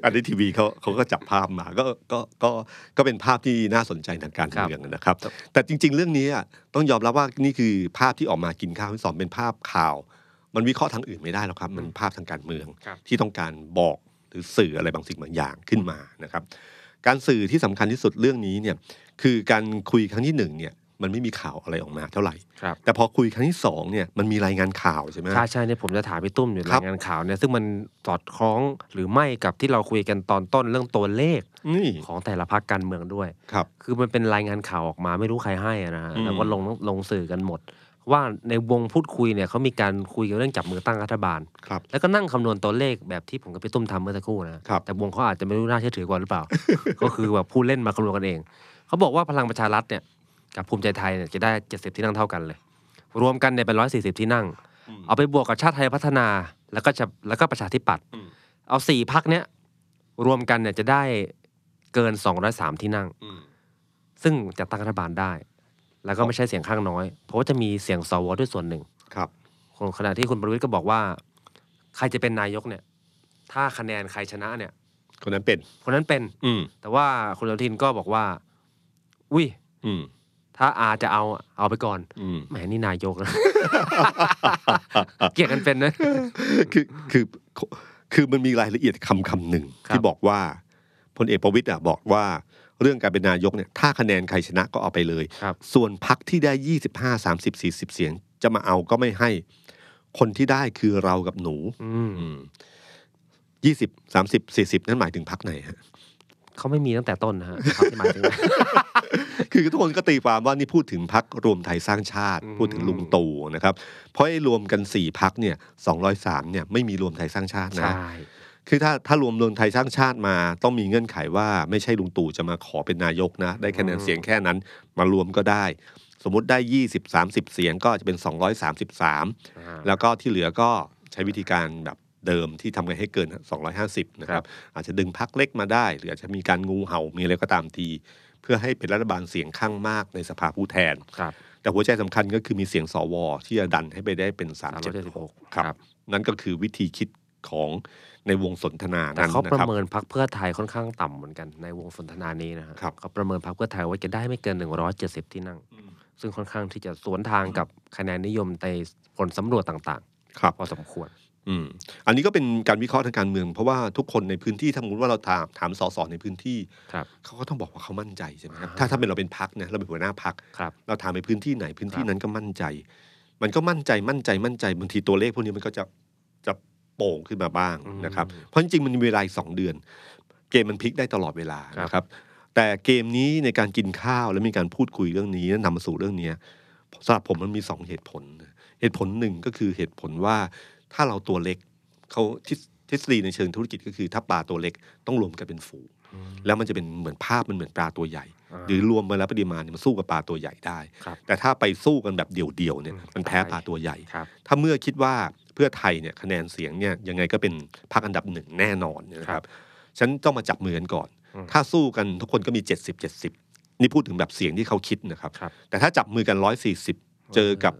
Speaker 2: อันนี้ทีวีเขาเขาก็จับภาพมาก็ก็ก็ก็เป็นภาพที่น่าสนใจทางการ
Speaker 3: ครับ
Speaker 2: เมืองนะครับ แต่จริง ๆ เรื่องนี้อะต้องยอมรับว่านี่คือภาพที่ออกมากินข้าวที่สองเป็นภาพข่าว มันวิเคราะห์ทางอื่นไม่ได้หรอกครับ มันภาพทางการเมือง
Speaker 3: ครับ
Speaker 2: ที่ต้องการบอกหรือสื่ออะไรบางสิ่งบางอย่างขึ้นมานะครับ การสื่อที่สำคัญที่สุดเรื่องนี้เนี่ยคือการคุยครั้งที่หนึ่งเนี่ยมันไม่มีข่าวอะไรออกมาเท่าไหร่
Speaker 3: ครับ
Speaker 2: แต่พอคุยครั้งที่สองเนี่ยมันมีรายงานข่าวใช่ไหม
Speaker 3: ใช่ใช่เนี่ยผมจะถามพี่ตุ้มอยู่
Speaker 2: ครั
Speaker 3: ราย
Speaker 2: บ
Speaker 3: งานข่าวเนี่ยซึ่งมันสอดคล้องหรือไม่กับที่เราคุยกันตอนต้นเรื่องตัวเลข
Speaker 2: นี่
Speaker 3: ของแต่ละพรรคการเมืองด้วย
Speaker 2: ครับ
Speaker 3: คือมันเป็นรายงานข่าวออกมาไม่รู้ใครให้อะนะฮะ
Speaker 2: อืม
Speaker 3: แต่ว่าลงลงสื่อกันหมด ว่าในวงพูดคุยเนี่ยเขามีการคุยกันเรื่องจับมือตั้งรัฐบาล
Speaker 2: ครับ
Speaker 3: แล้วก็นั่งคำนวณตัวเลขแบบที่ผมกับพี่ตุ้มทำเมื่อสักครู่นะครับ แต่วงเขาอาจจะไม่รู้น่าเชื่อถือกว่าหรือเปล่า ก็คือแบบผู้เล่นมาคำนวณกันเอง เขาบอกว่าพลังประชารัฐเนี่ยกับภูมิใจไทยเนี่ยจะได้ 70 ที่นั่งเท่ากันเลย รวมกันเนี่ยเป็น 140 ที่นั่ง เอาไปบวกกับชาติไทยพัฒนาแล้วก็จะแล้วก็ประชาธิปัตย์
Speaker 2: อืม
Speaker 3: เอาสี่พักเนี้ยรวมกันเนี่ยจะได้เกิน 203 ที่นั่ง
Speaker 2: อืม
Speaker 3: ซึ่งจะตั้งรัฐบาลได้ แล้วก็ไม่ใช่เสียงข้างน้อย เพราะว่าจะมีเสียงสวด้วยส่วนหนึ่ง
Speaker 2: ครับ
Speaker 3: ขณะที่คุณประวิทย์ก็บอกว่า ใครจะเป็นนายกเนี่ย ถ้าคะแนนใครชนะเนี่ย
Speaker 2: คนนั้นเป็น
Speaker 3: คนนั้นเป็น
Speaker 2: อืม
Speaker 3: แต่ว่าคุณอนุทินก็บอกว่า อุ้ย
Speaker 2: อืม
Speaker 3: ถ้าอาจะเอาเอาไปก่อน
Speaker 2: อืม
Speaker 3: แหมนี่นายกนะ เกลียดกันเป็นนะ
Speaker 2: คือ คือ คือมันมีรายละเอียดคำคำหนึ่ง
Speaker 3: ครับ
Speaker 2: ที่บอกว่าพลเอกประวิตยอ่ะบอกว่าเรื่องการเป็นนายกเนี่ย ถ้าคะแนนใครชนะก็เอาไปเลย
Speaker 3: ครับ
Speaker 2: ส่วนพักที่ได้ยี่สิบห้าสามสิบสี่สิบเสียง จะมาเอาก็ไม่ให้ คนที่ได้คือเรากับหนู
Speaker 3: อืม
Speaker 2: ยี่สิบสามสิบสี่สิบนั่นหมายถึงพักไหนฮะ
Speaker 3: เขาไม่มีตั้งแต่ต้นนะฮะเขาที่หมายถึงนะ
Speaker 2: คือทุกคนก็ตีความว่านี่พูดถึงพักรวมไทยสร้างชาติ
Speaker 3: อืม
Speaker 2: พูดถึงลุงตู่นะครับ เพราะไอ้รวมกันสี่พักเนี่ยสองร้อยสามเนี่ยไม่มีรวมไทยสร้างชาตินะ
Speaker 3: ใช่
Speaker 2: คือถ้าถ้ารวมรวมไทยสร้างชาติมา ต้องมีเงื่อนไขว่าไม่ใช่ลุงตู่จะมาขอเป็นนายกนะ ได้คะแนน
Speaker 3: อืม
Speaker 2: เสียงแค่นั้นมารวมก็ได้ สมมติได้ 20 30 เสียงก็จะเป็น 233
Speaker 3: อ่า
Speaker 2: แล้วก็ที่เหลือก็ใช้วิธีการแบบเดิมที่ทำไงให้เกิน 250 นะค
Speaker 3: ครั
Speaker 2: รับ
Speaker 3: บ
Speaker 2: อาจจะดึงพักเล็กมาได้ หรืออาจจะมีการงูเห่ามีอะไรก็ตามที เพื่อให้เป็นรัฐบาลเสียงข้างมากในสภาผู้แทน
Speaker 3: ครับ
Speaker 2: แต่หัวใจสำคัญก็คือมีเสียงสวที่จะดันให้ไปได้เป็น
Speaker 3: สามร้อยเจ็ดสิบหก
Speaker 2: 376ครับ นั่นก็คือวิธีคิดของในวงสนทนา
Speaker 3: แต่
Speaker 2: นั้น
Speaker 3: เขา
Speaker 2: นะ
Speaker 3: ประ
Speaker 2: ครับ
Speaker 3: เมินพักเพื่อไทยค่อนข้างต่ำเหมือนกันในวงสนทนานี้นะฮะ
Speaker 2: ครับ
Speaker 3: เขาประเมินพักเพื่อไทยไว่าจะได้ไม่เกิน 170 ที่นั่ง
Speaker 2: อืม
Speaker 3: ซึ่งค่อนข้างที่จะสวนทางกับคะแนนนิยมในผลสำรวจต่าง
Speaker 2: ครับ
Speaker 3: ๆ พอสมควร
Speaker 2: อืม อันนี้ก็เป็นการวิเคราะห์ทางการเมือง เพราะว่าทุกคนในพื้นที่ถ้าสมมติว่าเราถามถามสสในพื้นที่
Speaker 3: ครับ
Speaker 2: เขาก็ต้องบอกว่าเขามั่นใจใช่ไหมครับ
Speaker 3: อ่า
Speaker 2: ถ้าถ้าเป็นเราเป็นพักนะเราเป็นหัวหน้าพัก
Speaker 3: ครับ
Speaker 2: เราถามไปพื้นที่ไหนพื้นที่นั้นก็มั่นใจ มันก็มั่นใจมั่นใจมั่นใจบางทีตัวเลขพวกนี้มันก็จะจะโป่งขึ้นมาบ้าง
Speaker 3: อืม
Speaker 2: นะครับ เพราะจริงๆมันมีเวลาอีกสองเดือน เกมมันพลิกได้ตลอดเวลา
Speaker 3: ครับ
Speaker 2: นะครับ แต่เกมนี้ในการกินข้าวและมีการพูดคุยเรื่องนี้และนำมาสู่เรื่องเนี้ยสำหรับผมมันมีสองเหตุผล เหตุผลหนึ่งก็คือเหตุผลว่าถ้าเราตัวเล็กเขาทฤษทฤษฎีในเชิงธุรกิจก็คือถ้าปลาตัวเล็กต้องรวมกันเป็นฝูง แล้วมันจะเป็นเหมือนภาพมันเหมือนปลาตัวใหญ่
Speaker 3: อ่า
Speaker 2: หรือรวมมาแล้วปริมาณเนี่ยมันสู้กับปลาตัวใหญ่ได้
Speaker 3: ครับ
Speaker 2: แต่ถ้าไปสู้กันแบบเดี่ยวๆเนี่ย
Speaker 3: อืม
Speaker 2: มันแพ้ปลาตัวใหญ่
Speaker 3: ครับ
Speaker 2: ถ้าเมื่อคิดว่าเพื่อไทยเนี่ยคะแนนเสียงเนี่ยยังไงก็เป็นพรรคอันดับหนึ่งแน่นอนเนี่ยนะค
Speaker 3: ครั
Speaker 2: รั
Speaker 3: บบ
Speaker 2: ฉันต้องมาจับมือกันก่อน
Speaker 3: อืม
Speaker 2: ถ้าสู้กันทุกคนก็มี 70 70 นี่พูดถึงแบบเสียงที่เขาคิดนะครับ
Speaker 3: ครับ
Speaker 2: แต่ถ้าจับมือกัน 140 เจอกับ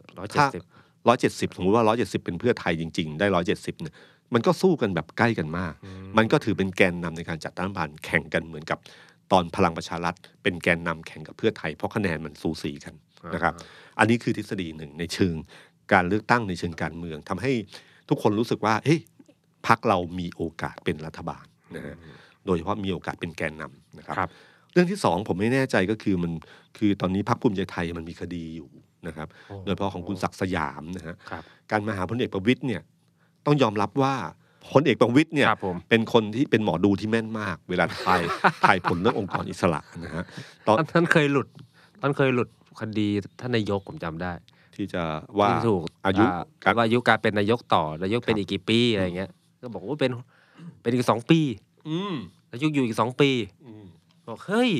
Speaker 3: 170
Speaker 2: ร้อยเจ็ดสิบสมมติว่าร้อยเจ็ดสิบเป็นเพื่อไทยจริง ๆ ได้ร้อยเจ็ดสิบเนี่ยมันก็สู้กันแบบใกล้กันมาก มันก็ถือเป็นแกนนำในการจัดตั้งรัฐบาลแข่งกันเหมือนกับตอนพลังประชารัฐ เป็นแกนนำแข่งกับเพื่อไทยเพราะคะแนนมันสูสีกันนะครับ อันนี้คือทฤษฎีหนึ่งในเชิงการเลือกตั้งในเชิงการเมืองทำให้ทุกคนรู้สึกว่าเฮ้ยพักเรามีโอกาสเป็นรัฐบาลนะฮะโดยเฉพาะมีโอกาสเป็นแกนนำนะครับ
Speaker 3: ครับ
Speaker 2: เรื่องที่สองผมไม่แน่ใจก็คือมันคือตอนนี้พรรคภูมิใจไทยมันมีคดีอยู่นะครับ
Speaker 3: โอ้
Speaker 2: โดยเฉพาะของคุณศักดิ์สยามนะฮะ
Speaker 3: ครับ
Speaker 2: การมาหาพลเอกประวิตยเนี่ยต้องยอมรับว่าพลเอกประวิตยเนี่ย
Speaker 3: ครับผม
Speaker 2: เป็นคนที่เป็นหมอดูที่แม่นมาก เวลาถ่าย ถ่ายผลเรื่ององค์กรอิสระนะฮะตอน
Speaker 3: ท่านเคยหลุดท่านเคยหลุดคดีท่านนายกผมจำได้
Speaker 2: ที่จะว่า
Speaker 3: ที่ถูก
Speaker 2: อายุการ
Speaker 3: ว่าอายุการเป็นนายกต่อนายกเป็
Speaker 2: ครั
Speaker 3: น
Speaker 2: บ
Speaker 3: อีกกี่ปีอะไรเงี้ย ก็บอกว่าเป็นเป็นอีกสองปี
Speaker 2: อืม
Speaker 3: นายกอยู่อีกสองปี
Speaker 2: อืม
Speaker 3: บอกเฮ้ย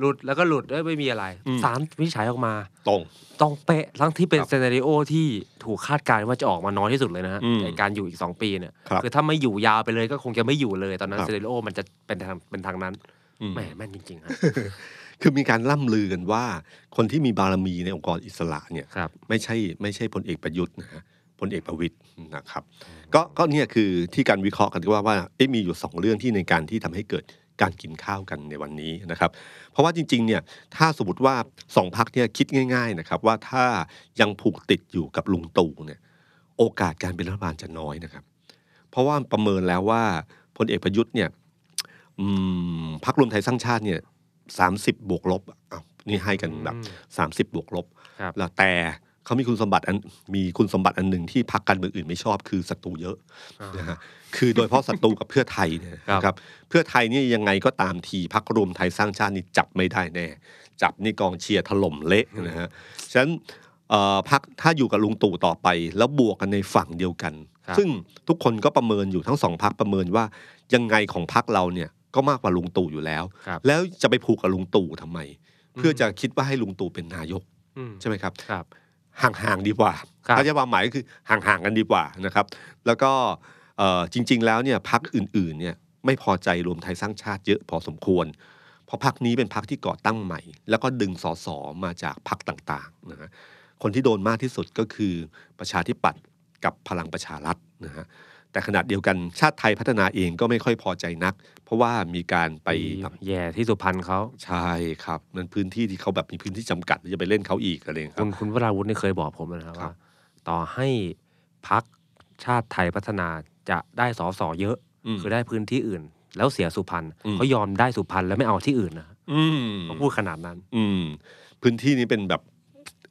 Speaker 3: หลุดแล้วก็หลุดเอ้ยไม่มีอะไร
Speaker 2: อืม
Speaker 3: สารวินิจฉัยออกมา
Speaker 2: ตรง
Speaker 3: ต้องเป๊ะทั้งที่เป็น
Speaker 2: ครับ
Speaker 3: เซนาริโอที่ถูกคาดการณ์ว่าจะออกมาน้อยที่สุดเลยนะฮะ
Speaker 2: อืม
Speaker 3: ในการอยู่อีก 2 ปีเนี่ย
Speaker 2: ครับ
Speaker 3: อถ้าไม่อยู่ยาวไปเลยก็คงจะไม่อยู่เลยตอนนั้น
Speaker 2: ครับ
Speaker 3: เซนาริโอมันจะเป็นทางเป็นทางนั้น
Speaker 2: อืม
Speaker 3: แหมแม่นจริงๆฮะ
Speaker 2: คือมีการล่ำลือกันว่า คนที่มีบารมีในองค์กรอิสระเนี่ย
Speaker 3: ครับ
Speaker 2: ไม่ใช่ไม่ใช่พลเอกประยุทธ์นะฮะพลเอกประวิตยนะครับ ก็ก็เนี่ยคือที่การวิเคราะห์กันว่าว่าเอ๊ะมีอยู่สองเรื่องที่ในการที่ทำให้เกิดการกินข้าวกันในวันนี้นะครับ เพราะว่าจริงๆเนี่ยถ้าสมมติว่าสองพักเนี่ยคิดง่าย ๆนะครับ ว่าถ้ายังผูกติดอยู่กับลุงตู่เนี่ยโอกาสการเป็นรัฐบาลจะน้อยนะครับ เพราะว่าประเมินแล้วว่าพลเอกประยุทธ์เนี่ยอืมพักรวมไทยสร้างชาติเนี่ยสามสิบบวกลบอ้าวนี่ให้กันแบบ
Speaker 3: อืม
Speaker 2: สามสิบบวกลบ
Speaker 3: ครับ
Speaker 2: แล้วแต่เขามีคุณสมบัติอันมีคุณสมบัติอันหนึ่งที่พรรคการเมืองอื่นไม่ชอบคือศัตรูเยอะนะฮะคือโดยเฉพาะศัตรูกับเพื่อไทยเนี่ย
Speaker 3: ครับ
Speaker 2: นะครับเพื่อไทยเนี่ยยังไงก็ตามทีพรรครวมไทยสร้างชาตินี่จับไม่ได้แน่ จับนี่กองเชียร์ถล่มเละนะฮะฉะนั้นเอ่อพรรคถ้าอยู่กับลุงตู่ต่อไป แล้วบวกกันในฝั่งเดียวกัน
Speaker 3: ครับ
Speaker 2: ซึ่งทุกคนก็ประเมินอยู่ทั้งสองพรรคประเมินว่ายังไงของพรรคเราเนี่ยก็มากกว่าลุงตู่อยู่แล้ว
Speaker 3: ครับ
Speaker 2: แล้วจะไปผูกกับลุงตู่ทำไม เพื่อจะคิดว่าให้ลุงตู่เป็นนายก
Speaker 3: อืม
Speaker 2: ใช่ไหมครับ
Speaker 3: ครับ
Speaker 2: ห่างๆดีกว่า
Speaker 3: ครับ
Speaker 2: ถ้าจะความหมายก็คือห่างๆกันดีกว่านะครับ แล้วก็เอ่อจริง ๆ แล้วเนี่ยพักอื่นๆเนี่ยไม่พอใจรวมไทยสร้างชาติเยอะพอสมควร เพราะพักนี้เป็นพักที่ก่อตั้งใหม่ แล้วก็ดึงสสมาจากพักต่างๆนะฮะคนที่โดนมากที่สุดก็คือประชาธิปัตย์กับพลังประชารัฐนะฮะแต่ขนาดเดียวกันชาติไทยพัฒนาเองก็ไม่ค่อยพอใจนัก เพราะว่ามีการไปแบบ
Speaker 3: แย่ที่สุพรรณเขา
Speaker 2: ใช่ครับมันพื้นที่ที่เขาแบบมีพื้นที่จำกัดแล้วจะไปเล่นเขาอีกอะไรอย่างเงี้ยครับ
Speaker 3: คุณคุณวราวุฒิเนี่ยเคยบอกผมนะครับ
Speaker 2: ครั
Speaker 3: ว่า
Speaker 2: บ
Speaker 3: ต่อให้พักชาติไทยพัฒนาจะได้สสเยอะ
Speaker 2: ม
Speaker 3: คือได้พื้นที่อื่น แล้วเสียสุพรรณ
Speaker 2: อืม
Speaker 3: เขายอมได้สุพรรณแล้วไม่เอาที่อื่นนะ
Speaker 2: อืม
Speaker 3: เขาพูดขนาดนั้น
Speaker 2: อืมพื้นที่นี้เป็นแบบ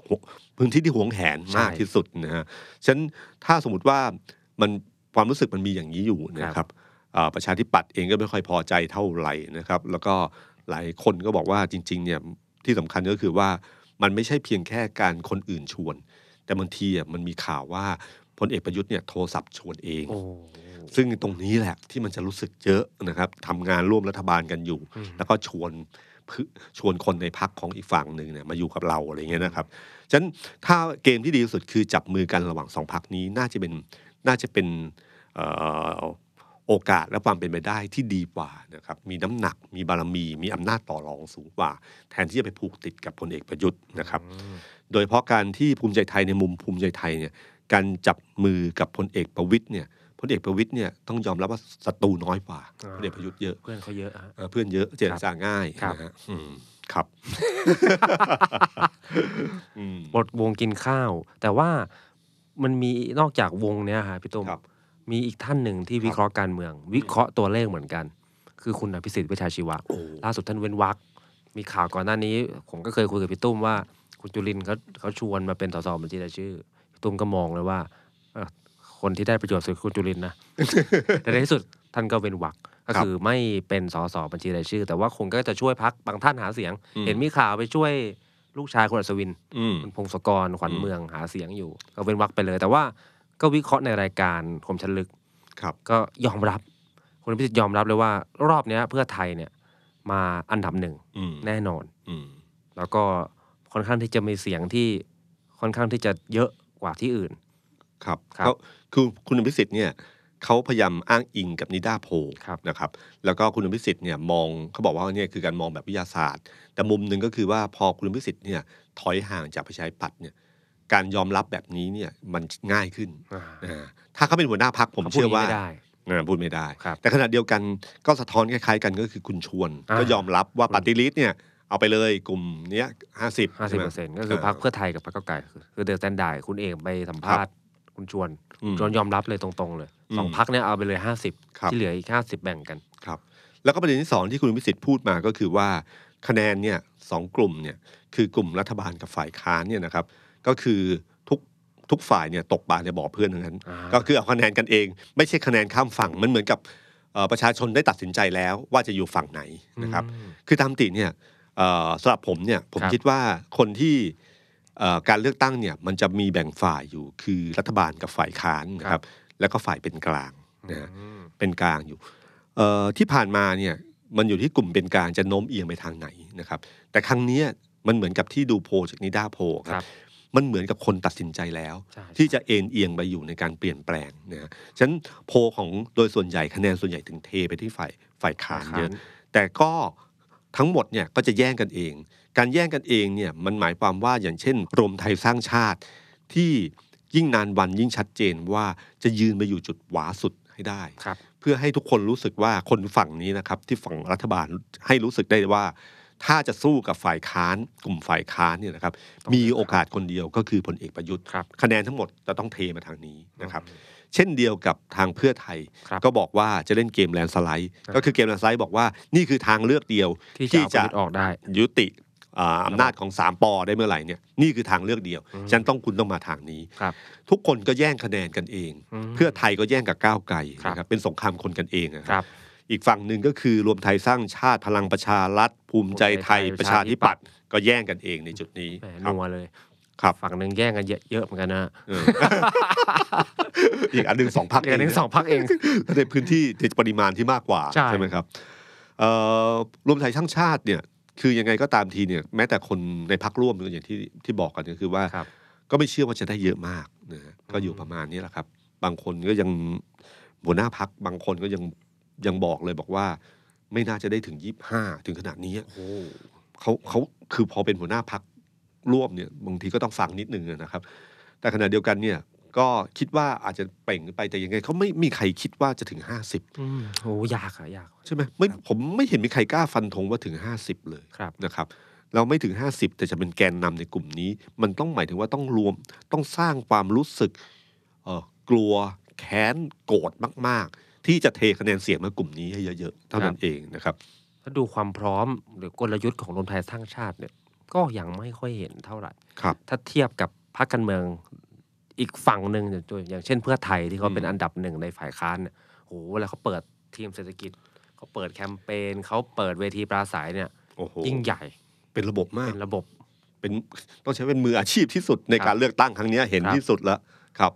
Speaker 2: หวพื้นที่ที่หวงแหน
Speaker 3: ใช่
Speaker 2: มากที่สุดนะฮะฉะนั้นถ้าสมมติว่ามันความรู้สึกมันมีอย่างนี้อยู่นะค
Speaker 3: ครั
Speaker 2: รับบ เอ่อประชาธิปัตย์เองก็ไม่ค่อยพอใจเท่าไหร่นะครับ แล้วก็หลายคนก็บอกว่าจริง ๆ เนี่ยที่สำคัญก็คือว่ามันไม่ใช่เพียงแค่การคนอื่นชวน แต่บางทีอ่ะมันมีข่าวว่าพลเอกประยุทธ์เนี่ยโทรศัพท์ชวนเอง
Speaker 3: โอ้
Speaker 2: ซึ่งตรงนี้แหละที่มันจะรู้สึกเยอะนะครับทำงานร่วมรัฐบาลกันอยู่
Speaker 3: อืม
Speaker 2: แล้วก็ชวนเพื่อชวนคนในพักของอีกฝั่งหนึ่งเนี่ยมาอยู่กับเราอะไรเงี้ยนะครับฉะนั้นถ้าเกมที่ดีที่สุดคือจับมือกันระหว่างสองพักนี้น่าจะเป็นน่าจะเป็นเอ่อโอกาสและความเป็นไปได้ที่ดีกว่านะครับมีน้ำหนักมีบารมี มีอำนาจต่อรองสูงกว่า แทนที่จะไปผูกติดกับพลเอกประยุทธ์นะครับ โดยเฉพาะการที่ภูมิใจไทยในมุมภูมิใจไทยเนี่ยการจับมือกับพลเอกประวิตยเนี่ยพลเอกประวิตยเนี่ยต้องยอมรับว่าศัตรูน้อยกว่า
Speaker 3: อ่า
Speaker 2: พลเอกประยุทธ์เยอะ
Speaker 3: เพื่อนเขาเยอะฮะ
Speaker 2: เอ่อเพื่อนเยอะเจรจาง่าย
Speaker 3: ครับ
Speaker 2: นะฮะอืมครับ อืม
Speaker 3: หมดวงกินข้าว แต่ว่ามันมีนอกจากวงเนี้ยฮะพี่ตุ้ม
Speaker 2: ครับ
Speaker 3: มีอีกท่านหนึ่งที่
Speaker 2: ครับ
Speaker 3: วิเคราะห์การเมือง วิเคราะห์ตัวเลขเหมือนกัน คือคุณอภิสิทธิ์เวชชาชีวะ
Speaker 2: โอ้
Speaker 3: ล่าสุดท่านเว้นวักมีข่าวก่อนหน้านี้ ผมก็เคยคุยกับพี่ตุ้มว่า คุณจุลินทร์เขาเขาชวนมาเป็นสสบัญชีรายชื่อ ตุ้มก็มองเลยว่าเอ่อคนที่ได้ประโยชน์สุดคือคุณจุลินทร์นะ แต่ในที่สุดท่านก็เป็นวักก็
Speaker 2: ครับ
Speaker 3: คือไม่เป็นสสบัญชีรายชื่อ แต่ว่าคงก็จะช่วยพักบางท่านหาเสียง
Speaker 2: อืม
Speaker 3: เห็นมีข่าวไปช่วยลูกชายคุณอัศวิน
Speaker 2: อืม
Speaker 3: คุณพงศกรขวัญ
Speaker 2: อืม
Speaker 3: เมืองหาเสียงอยู่ ก็เว้นวักไปเลย แต่ว่าก็วิเคราะห์ในรายการคมชันลึก
Speaker 2: ครับ
Speaker 3: ก็ยอมรับคุณพิสิทธิ์ยอมรับเลยว่า รอบเนี้ยเพื่อไทยเนี่ยมาอันดับหนึ่ง
Speaker 2: อืม
Speaker 3: แน่นอน
Speaker 2: อืม
Speaker 3: แล้วก็ค่อนข้างที่จะมีเสียงที่ค่อนข้างที่จะเยอะกว่าที่อื่น
Speaker 2: ครับ
Speaker 3: ครับ
Speaker 2: เขาคือคุณอภิสิทธิ์เนี่ยเขาพยายามอ้างอิงกับนิด้าโพล
Speaker 3: ครับ
Speaker 2: นะครับ แล้วก็คุณอภิสิทธิ์เนี่ยมองเขาบอกว่าเนี่ยคือการมองแบบวิทยาศาสตร์ แต่มุมหนึ่งก็คือว่าพอคุณอภิสิทธิ์เนี่ยถอยห่างจากประชาธิปัตย์เนี่ยการยอมรับแบบนี้เนี่ยมันง่ายขึ้นอ่าถ้าเขาเป็นหัวหน้าพักผม
Speaker 3: เขาพูด
Speaker 2: เชื่อว่า
Speaker 3: ไม่ได้
Speaker 2: อ่าพูดไม่ได้
Speaker 3: ครับ
Speaker 2: แต่ขณะเดียวกันก็สะท้อนคล้ายๆกันก็คือคุณชวน
Speaker 3: อ่า
Speaker 2: ก็ยอมรับว่าปฏิริษเนี่ยเอาไปเลยกลุ่มเนี้ยห้าสิบ
Speaker 3: ห้าสิบเปอร์เซ็นต์ก็คือพักเพื่อไทยกับพักเก้าวไกลคือคือเดอะสแตนดาร์ดคุณเองไปสัมภาษณ์คุณชวน
Speaker 2: อืม
Speaker 3: ชวนยอมรับเลยตรงๆเลยสอง
Speaker 2: อืม
Speaker 3: พักเนี่ยเอาไปเลยห้าสิบ
Speaker 2: ครับ
Speaker 3: ที่เหลืออีกห้าสิบแบ่งกัน
Speaker 2: ครับแล้วก็ประเด็นที่สองที่คุณวิสิทธิ์พูดมาก็คือว่าคะแนนเนี่ยสองกลุ่มเนี่ยคือกลุ่มรัฐบาลกับฝ่ายค้านเนี่ยนะครับก็คือทุกทุกฝ่ายเนี่ยตกปลาในบ่อเพื่อนทั้งนั้น
Speaker 3: อ่า
Speaker 2: ก็คือเอาคะแนนกันเอง ไม่ใช่คะแนนข้ามฝั่งมันเหมือนกับเอ่อประชาชนได้ตัดสินใจแล้วว่าจะอยู่ฝั่งไหนนะครับ
Speaker 3: อืม
Speaker 2: คือตามติเนี่ยเอ่อสำหรับผมเนี่ยผม
Speaker 3: ครับ
Speaker 2: คิดว่าคนที่เอ่อการเลือกตั้งเนี่ยมันจะมีแบ่งฝ่ายอยู่คือรัฐบาลกับฝ่ายค้านนะค
Speaker 3: ครั
Speaker 2: รับ
Speaker 3: บ
Speaker 2: แล้วก็ฝ่ายเป็นกลางนะฮะ
Speaker 3: อืม
Speaker 2: เป็นกลางอยู่เอ่อที่ผ่านมาเนี่ยมันอยู่ที่กลุ่มเป็นกลางจะโน้มเอียงไปทางไหนนะครับ แต่ครั้งเนี้ยมันเหมือนกับที่ดูโพลจากนิด้าโพลค
Speaker 3: ครั
Speaker 2: รับบ มันเหมือนกับคนตัดสินใจแล้ว
Speaker 3: ใช่
Speaker 2: ที่จะเอ็นเอียงไปอยู่ในการเปลี่ยนแปลงนะฮะฉะนั้นโพลของโดยส่วนใหญ่คะแนนส่วนใหญ่ถึงเทไปที่ฝ่ายฝ่ายค้านเยอะ แต่ก็ทั้งหมดเนี่ยก็จะแย่งกันเอง การแย่งกันเองเนี่ยมันหมายความว่าอย่างเช่นรวมไทยสร้างชาติ ที่ยิ่งนานวันยิ่งชัดเจนว่าจะยืนไปอยู่จุดหวาสุดให้ได้
Speaker 3: ครับ
Speaker 2: เพื่อให้ทุกคนรู้สึกว่าคนฝั่งนี้นะครับ ที่ฝั่งรัฐบาลให้รู้สึกได้ว่า ถ้าจะสู้กับฝ่ายค้าน กลุ่มฝ่ายค้านเนี่ยนะครับ
Speaker 3: ต้อง
Speaker 2: มีโอกาสคนเดียวก็คือพลเอกประยุทธ์
Speaker 3: ครับ
Speaker 2: คะแนนทั้งหมดจะต้องเทมาทางนี้นะครับ เช่นเดียวกับทางเพื่อไทย
Speaker 3: ครับ
Speaker 2: ก็บอกว่าจะเล่นเกมแลนด์สไลด์
Speaker 3: ครับ
Speaker 2: ก็คือเกมแลนด์สไลด์บอกว่านี่คือทางเลือกเดียว
Speaker 3: ที่จะเอาประยุทธ์ออกได้
Speaker 2: ยุติอ่าอำนาจของสามปอได้เมื่อไหร่เนี่ยนี่คือทางเลือกเดียว
Speaker 3: อืม
Speaker 2: ฉันต้องคุณต้องมาทางนี้
Speaker 3: ครับ
Speaker 2: ทุกคนก็แย่งคะแนนกันเอง
Speaker 3: ม
Speaker 2: เพื่อไทยก็แย่งกับก้าวไกล
Speaker 3: ครับ
Speaker 2: นะครับเป็นสงครามคนกันเองนะค
Speaker 3: ครับรับ
Speaker 2: อีกฝั่งหนึ่งก็คือรวมไทยสร้างชาติพลังประชารัฐ ภูมิใจไทย
Speaker 3: ภูมิใจไทย
Speaker 2: ประชาธิปัตย์ก็แย่งกันเองในจุดนี้
Speaker 3: แหม
Speaker 2: ครับ
Speaker 3: นัวเลย
Speaker 2: ครับ
Speaker 3: ฝั่งหนึ่งแย่งกันเยอะเยอะเหมือนกันนะ
Speaker 2: เออ อีกอันหนึ่งสองพัก
Speaker 3: อย่างนี้สองพักเอง
Speaker 2: ในพื้นที่ในปริมาณที่มากกว่า
Speaker 3: ใช่
Speaker 2: ไหมครับเอ่อรวมไทยสร้างชาติเนี่ยคือยังไงก็ตามทีเนี่ยแม้แต่คนในพักร่วมอย่างที่ที่บอกกันก็คือว่า
Speaker 3: ครับ
Speaker 2: ก็ไม่เชื่อว่าจะได้เยอะมากนะฮะก็อยู่ประมาณนี้แหละครับ บางคนก็ยังหัวหน้าพักบางคนก็ยังยังบอกเลยบอกว่า ไม่น่าจะได้ถึงยี่ห้าถึงขนาดนี้อะเขาเขาคือพอเป็นหัวหน้าพักร่วมเนี่ยบางทีก็ต้องฟังนิดนึงอะนะครับ แต่ขณะเดียวกันเนี่ยก็คิดว่าอาจจะเปล่งไปแต่ยังไงเขาไม่มีใครคิดว่าจะถึงห้าสิบ
Speaker 3: อืมโอ้ยากอะยาก
Speaker 2: ใช่ไหมไม่ผมไม่เห็นมีใครกล้าฟันธงว่าถึงห้าสิบเลย
Speaker 3: ครับ
Speaker 2: นะครับเราไม่ถึง 50 แต่จะเป็นแกนนำในกลุ่มนี้ มันต้องหมายถึงว่าต้องรวมต้องสร้างความรู้สึกเอ่อกลัวแค้นโกรธมาก ๆ ที่จะเทคะแนนเสียงมากลุ่มนี้ให้เยอะ ๆ เท่านั้นเองนะครับ
Speaker 3: ถ้าดูความพร้อมหรือกลยุทธ์ของรวมไทยสร้างชาติเนี่ย ก็ยังไม่ค่อยเห็นเท่าไหร่
Speaker 2: ครับ
Speaker 3: ถ้าเทียบกับพรรคการเมืองอีกฝั่งหนึ่งเนี่ยตัวอย่างเช่นเพื่อไทยที่เขาเป็น
Speaker 2: อืม
Speaker 3: อันดับหนึ่งในฝ่ายค้านเนี่ยโหเวลาเขาเปิดทีมเศรษฐกิจเขาเปิดแคมเปญเขาเปิดเวทีปราศัยเนี่ย
Speaker 2: โอ้โห
Speaker 3: ยิ่งใหญ่
Speaker 2: เป็นระบบมาก
Speaker 3: เป็นระบบ
Speaker 2: เป็นต้องใช้เป็นมืออาชีพที่สุดใน
Speaker 3: ครับ
Speaker 2: การเลือกตั้งครั้งเนี้ยเห็น
Speaker 3: ครับ
Speaker 2: ที่สุดแล้วครับ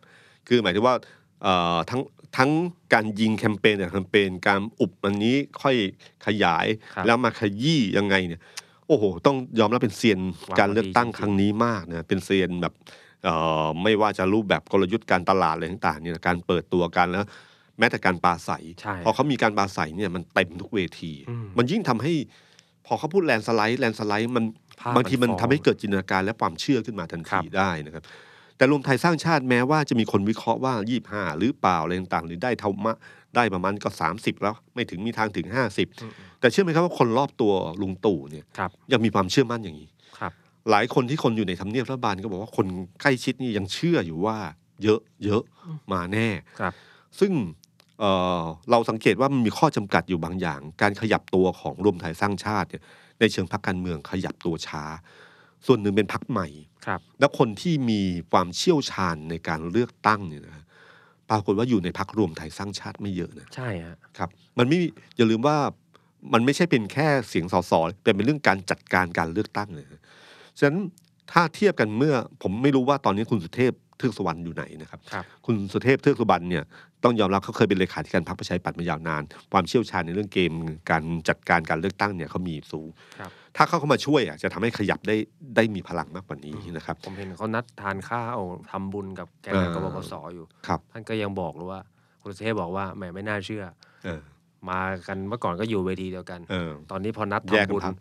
Speaker 2: คือหมายถึงว่าเอ่อทั้งทั้งการยิงแคมเปญแต่แคมเปญการอุบอันนี้ค่อยขยาย
Speaker 3: ครับ
Speaker 2: แล้วมาขยี้ยังไงเนี่ย โอ้โห ต้องยอมรับเป็นเซียน
Speaker 3: วาง
Speaker 2: การเลือกตั้ง
Speaker 3: ดีจริงๆ
Speaker 2: ครั้งนี้มากนะเป็นเซียนแบบเอ่อไม่ว่าจะรูปแบบกลยุทธ์การตลาดอะไรต่างๆเนี่ยการเปิดตัวกันแล้ว แม้แต่การปราศัย
Speaker 3: ใช่
Speaker 2: พอเขามีการปราศัยเนี่ยมันเต็มทุกเวที
Speaker 3: อืม
Speaker 2: มันยิ่งทำให้ พอเขาพูดแลนด์สไลด์แลนด์สไลด์มัน
Speaker 3: ภาพ
Speaker 2: บางทีมัน
Speaker 3: มันฟ้อง
Speaker 2: ทำให้เกิดจินตนาการและความเชื่อขึ้นมาทัน
Speaker 3: ครั
Speaker 2: ที
Speaker 3: บ
Speaker 2: ได้นะครับ แต่รวมไทยสร้างชาติแม้ว่าจะมีคนวิเคราะห์ว่า 25 หรือเปล่าอะไรต่างๆ หรือได้เท่ามะได้ประมาณก็ 30 แล้วไม่ถึงมีทางถึง
Speaker 3: อืม
Speaker 2: 50 แต่เชื่อไหมครับว่าคนรอบตัวลุงตู่เนี่ย
Speaker 3: ครับ
Speaker 2: ยังมีความเชื่อมั่นอย่างนี้
Speaker 3: ครับ
Speaker 2: หลายคนที่คนอยู่ในทำเนียบรัฐบาลก็บอกว่าคนใกล้ชิดนี่ยังเชื่ออยู่ว่า เยอะเยอะมาแน่
Speaker 3: ครับ
Speaker 2: ซึ่งเอ่อเราสังเกตว่ามันมีข้อจำกัดอยู่บางอย่าง การขยับตัวของรวมไทยสร้างชาติเนี่ยในเชิงพรรคการเมืองขยับตัวช้า ส่วนหนึ่งเป็นพักใหม่
Speaker 3: ครับ
Speaker 2: แล้วคนที่มีความเชี่ยวชาญในการเลือกตั้งเนี่ยนะปรากฏว่าอยู่ในพักรวมไทยสร้างชาติไม่เยอะนะ
Speaker 3: ใช่ฮะ
Speaker 2: ครับมันไม่มีอย่าลืมว่ามันไม่ใช่เป็นแค่เสียงสสแต่เป็นเรื่องการจัดการการเลือกตั้งนะฮะฉะนั้นถ้าเทียบกันเมื่อผมไม่รู้ว่าตอนนี้คุณสุเทพเทือกสุวรรณอยู่ไหนนะครับ
Speaker 3: ครับ
Speaker 2: คุณสุเทพเทือกสุวรรณเนี่ยต้องยอมรับเขาเคยเป็นเลขาธิการพรรคประชาธิปัตย์มายาวนาน ความเชี่ยวชาญในเรื่องเกมการจัดการการเลือกตั้งเนี่ยเขามีสูง
Speaker 3: ครับ
Speaker 2: ถ้าเขาเข้ามาช่วยอ่ะจะทำให้ขยับได้ได้มีพลังมากกว่านี้นะครับ
Speaker 3: ผมเห็นเขานัดทานข้าวทำบุญกับแกนนำกบพศอยู่
Speaker 2: ครับ
Speaker 3: ท่านก็ยังบอกเลยว่าคุณสุเทพบอกว่าแหมไม่น่าเชื่อ
Speaker 2: เออ
Speaker 3: มากันเมื่อก่อนก็อยู่เวทีเดียวกัน
Speaker 2: เออ
Speaker 3: ตอนนี้พอนัด
Speaker 2: แยกกัน
Speaker 3: ทำบุญ
Speaker 2: พัก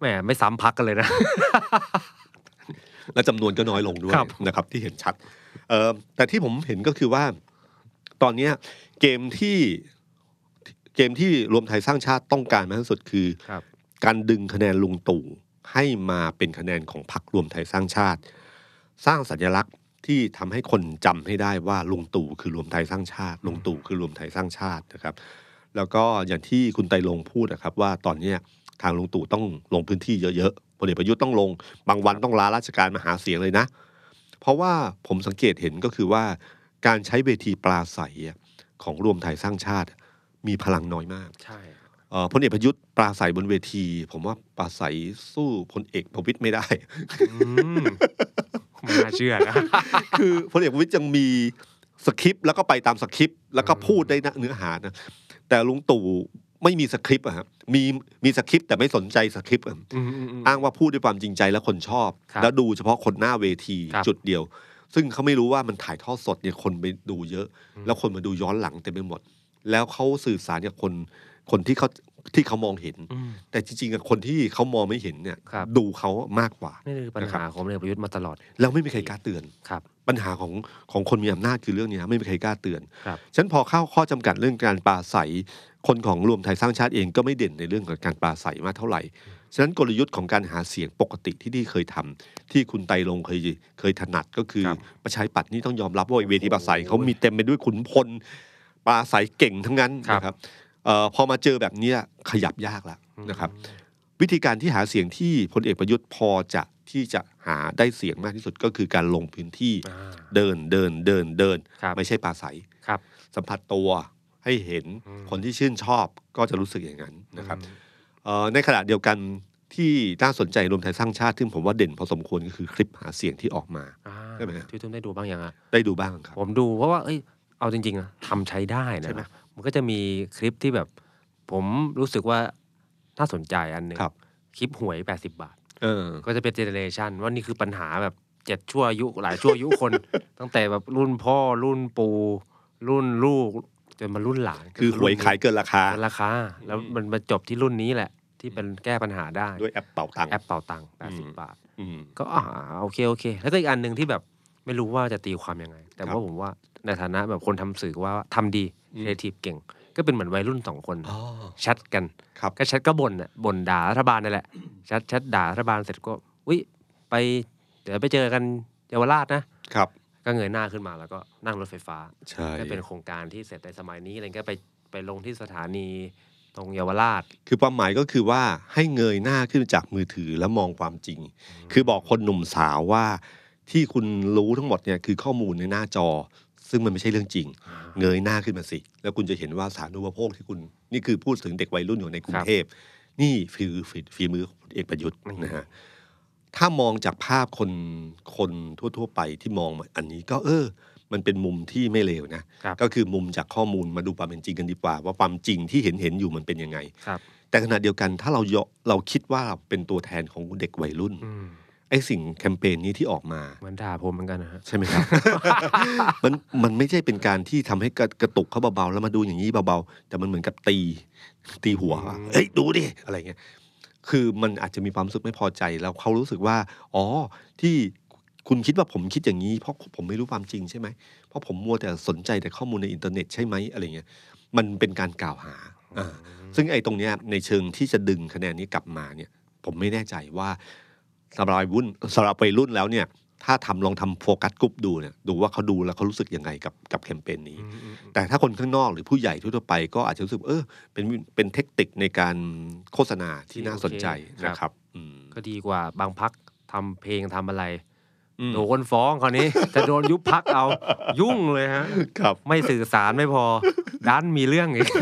Speaker 3: แหมไม่ซ้ำพักกันเลยนะ
Speaker 2: และจำนวนก็น้อยลงด้วย
Speaker 3: ครับ
Speaker 2: นะครับที่เห็นชัดเออแต่ที่ผมเห็นก็คือว่า ตอนเนี้ยเกมที่เกมที่รวมไทยสร้างชาติต้องการมากที่สุดคือ
Speaker 3: ครับ
Speaker 2: การดึงคะแนนลุงตู่ให้มาเป็นคะแนนของพรรครวมไทยสร้างชาติ สร้างสัญลักษณ์ที่ทำให้คนจำให้ได้ว่าลุงตู่คือรวมไทยสร้างชาติลุงตู่คือรวมไทยสร้างชาตินะครับ แล้วก็อย่างที่คุณไตรลงค์พูดนะครับ ว่าตอนเนี้ยทางลุงตู่ต้องลงพื้นที่เยอะๆพลเอกประยุทธ์ต้องลงบางวันต้องลาราชการมาหาเสียงเลยนะ เพราะว่าผมสังเกตเห็นก็คือว่า การใช้เวทีปลาใสอะของรวมไทยสร้างชาติอะมีพลังน้อยมาก
Speaker 3: ใช่
Speaker 2: เอ่อพลเอกประยุทธ์ปราศัยบนเวที ผมว่าปราศัยสู้พลเอกประวิตยไม่ได้
Speaker 3: อืมไม่น่าเชื่อนะ
Speaker 2: คือ พลเอกประวิตยยังมีสคริปต์แล้วก็ไปตามสคริปต์แล้วก็พูดได้เนื้อหานะแต่ลุงตู่ไม่มีสคริปต์อะครับมีมีสคริปต์แต่ไม่สนใจสคริปต์อะ
Speaker 3: อืมอืมอืม
Speaker 2: อ้างว่าพูดด้วยความจริงใจและคนชอบ
Speaker 3: ครับ
Speaker 2: แล้วดูเฉพาะคนหน้าเวที
Speaker 3: ครับ
Speaker 2: จุดเดียว ซึ่งเขาไม่รู้ว่ามันถ่ายทอดสดเนี่ยคนไปดูเยอะ แล้วคนมาดูย้อนหลังเต็มไปหมด แล้วเขาสื่อสารกับคนคนที่เขาที่เขามองเห็น
Speaker 3: อืม
Speaker 2: แต่จริงๆอะคนที่เขามองไม่เห็นเนี่ย
Speaker 3: ครับ
Speaker 2: ดูเขามากกว่า
Speaker 3: นี่คือปัญหาของพลเอกประยุทธ์มาตลอด
Speaker 2: แล้วไม่มีใครกล้าเตือน
Speaker 3: ครับ
Speaker 2: ปัญหาของของคนมีอำนาจคือเรื่องเนี้ยไม่มีใครกล้าเตือน
Speaker 3: ครับ
Speaker 2: ฉะนันพอเข้าข้อจำกัดเรื่องการปราศัย คนของรวมไทยสร้างชาติเองก็ไม่เด่นในเรื่องของการปราศัยมากเท่าไหร่ ฉะนั้นกลยุทธ์ของการหาเสียงปกติที่ที่เคยทำที่คุณไตรลงค์เคยเคยถนัดก็คือ
Speaker 3: ครับ
Speaker 2: ประชาธิปัตย์นี่ต้องยอมรับว่าเวทีปราศัยเขามีเต็มไปด้วยขุนพลปราศัยเก่งทั้งนั้น
Speaker 3: ครับ
Speaker 2: นะครับเอ่อพอมาเจอแบบเนี้ยขยับยากละนะครับ วิธีการที่หาเสียงที่พลเอกประยุทธ์พอจะที่จะหาได้เสียงมากที่สุดก็คือการลงพื้นที่
Speaker 3: อ่า
Speaker 2: เดินเดินเดินเดิน
Speaker 3: ครับ
Speaker 2: ไม่ใช่ปราศัย
Speaker 3: ครับ
Speaker 2: สัมผัสตัวให้เห็น
Speaker 3: อืม
Speaker 2: คนที่ชื่นชอบก็จะรู้สึกอย่างนั้นนะครับเอ่อในขณะเดียวกันที่น่าสนใจรวมไทยสร้างชาติ ซึ่งผมว่าเด่นพอสมควรก็คือคลิปหาเสียงที่ออกมา
Speaker 3: อ่า
Speaker 2: ใช่ไหมฮะ
Speaker 3: พี่ตุ้มได้ดูบ้างยังอ่ะ
Speaker 2: ได้ดูบ้างครับ
Speaker 3: ผมดูเพราะว่า เอ้ย เอาจริงๆนะทำใช้ได้นะ
Speaker 2: ใช่ไหม
Speaker 3: มันก็จะมีคลิปที่แบบ ผมรู้สึกว่าน่าสนใจอันหนึ่ง
Speaker 2: ครับ
Speaker 3: คลิปหวย 80 บาท
Speaker 2: เออ
Speaker 3: ก็จะเป็นเจเนเรชันว่านี่คือปัญหาแบบเจ็ดชั่วอายุหลายชั่วอายุคน ตั้งแต่แบบรุ่นพ่อรุ่นปู่รุ่นลูกจนมารุ่นหลาน
Speaker 2: คือหวยขายเกินราคา
Speaker 3: เกินราคา แล้วมันมาจบที่รุ่นนี้แหละ ที่เป็นแก้ปัญหาได้
Speaker 2: ด้วยแอปเป่าตังค์
Speaker 3: แอปเป่าตังค์
Speaker 2: อืม
Speaker 3: 80 บาท
Speaker 2: อืม
Speaker 3: ก็อ่าโอเคโอเค แล้วก็อีกอันหนึ่งที่แบบไม่รู้ว่าจะตีความยังไง แต่
Speaker 2: ครั
Speaker 3: ว่า
Speaker 2: บ
Speaker 3: ผมว่าในฐานะแบบคนทำสื่อว่าทำดี
Speaker 2: อืม
Speaker 3: เ e a ทีฟเก่ง ก็เป็นเหมือนวัยรุ่นสองคน
Speaker 2: อ๋อ
Speaker 3: แชทกัน
Speaker 2: ครับ
Speaker 3: ก็แชทก็บ่นอ่ะบ่นด่ารัฐบาลนั่นแหละแชทแชทด่ารัฐบาลเสร็จก็อุ้ยไปเดี๋ยวไปเจอกันเยาวราชนะ
Speaker 2: ครับ
Speaker 3: ก็เงยหน้าขึ้นมาแล้วก็นั่งรถไฟฟ้า
Speaker 2: ใช่
Speaker 3: ก็เป็นโครงการที่เสร็จในสมัยนี้อะไรก็ไปไปลงที่สถานีตรงเยาวราช
Speaker 2: คือความหมายก็คือว่าให้เงยหน้าขึ้นจากมือถือแล้วมองความจริง คือบอกคนหนุ่มสาวว่าที่คุณรู้ทั้งหมดเนี่ยคือข้อมูลในหน้าจอ ซึ่งมันไม่ใช่เรื่องจริง เงยหน้าขึ้นมาสิ แล้วคุณจะเห็นว่าสาธารณูปโภคที่คุณนี่คือพูดถึงเด็กวัยรุ่นอยู่ในกรุ
Speaker 3: ค
Speaker 2: ง
Speaker 3: รับ
Speaker 2: เทพ นี่ฝีฝีฝีมือของพลเอกประยุทธ์นะฮะถ้ามองจากภาพคนคนทั่ว ๆ ไปที่มองมาอันนี้ก็เออ มันเป็นมุมที่ไม่เลวนะ
Speaker 3: ครับ
Speaker 2: ก็คือมุมจากข้อมูลมาดูความเป็นจริงกันดีกว่า ว่าความจริงที่เห็นเห็นๆอยู่มันเป็นยังไง
Speaker 3: ครับ
Speaker 2: แต่ขณะเดียวกันถ้าเราเยาะเราคิดว่าเราเป็นตัวแทนของเด็กวัยรุ่น
Speaker 3: อืม
Speaker 2: ไอ้สิ่งแคมเปญนี้ที่ออกมา
Speaker 3: เหมือนด่าผมเหมือนกันนะฮะ
Speaker 2: ใช่ไหม ครับ มันมันไม่ใช่เป็นการที่ทำให้กระกระตุกเขาเบาๆ แล้วมาดูอย่างนี้เบาๆ แต่มันเหมือนกับตี ตีหัวว่า
Speaker 3: อืม
Speaker 2: เอ้ยดูดิ อะไรเงี้ย คือมันอาจจะมีความรู้สึกไม่พอใจแล้วเขารู้สึกว่า อ๋อ ที่คุณคิดว่าผมคิดอย่างนี้ เพราะผมไม่รู้ความจริงใช่ไหม เพราะผมมัวแต่สนใจแต่ข้อมูลในอินเทอร์เน็ตใช่ไหมอะไรเงี้ย มันเป็นการกล่าวหาอ่า ซึ่งไอ้ตรงเนี้ยในเชิงที่จะดึงคะแนนนี้กลับมาเนี่ย ผมไม่แน่ใจว่าสำหรับวัยรุ่นสำหรับวัยรุ่นแล้วเนี่ย ถ้าทำลองทำโฟกัสกรุ๊ปดูเนี่ยดูว่าเขาดูแล้วเขารู้สึกยังไงกับกับแคมเปญนี้
Speaker 3: อืมอืม
Speaker 2: แต่ถ้าคนข้างนอกหรือผู้ใหญ่ทั่วๆไปก็อาจจะรู้สึกเออเป็นเป็นเทคนิคในการโฆษณาที่น่าสนใจ
Speaker 3: โอเคครับ
Speaker 2: นะครับอืม
Speaker 3: ก็ดีกว่าบางพัก ทำเพลงทำอะไร
Speaker 2: อืม
Speaker 3: โดนฟ้องคราวนี้ จะโดนยุบพักเอา ยุ่งเลยฮะ
Speaker 2: ครับ
Speaker 3: ไม่สื่อสารไม่พอ ดันมีเรื่องอีก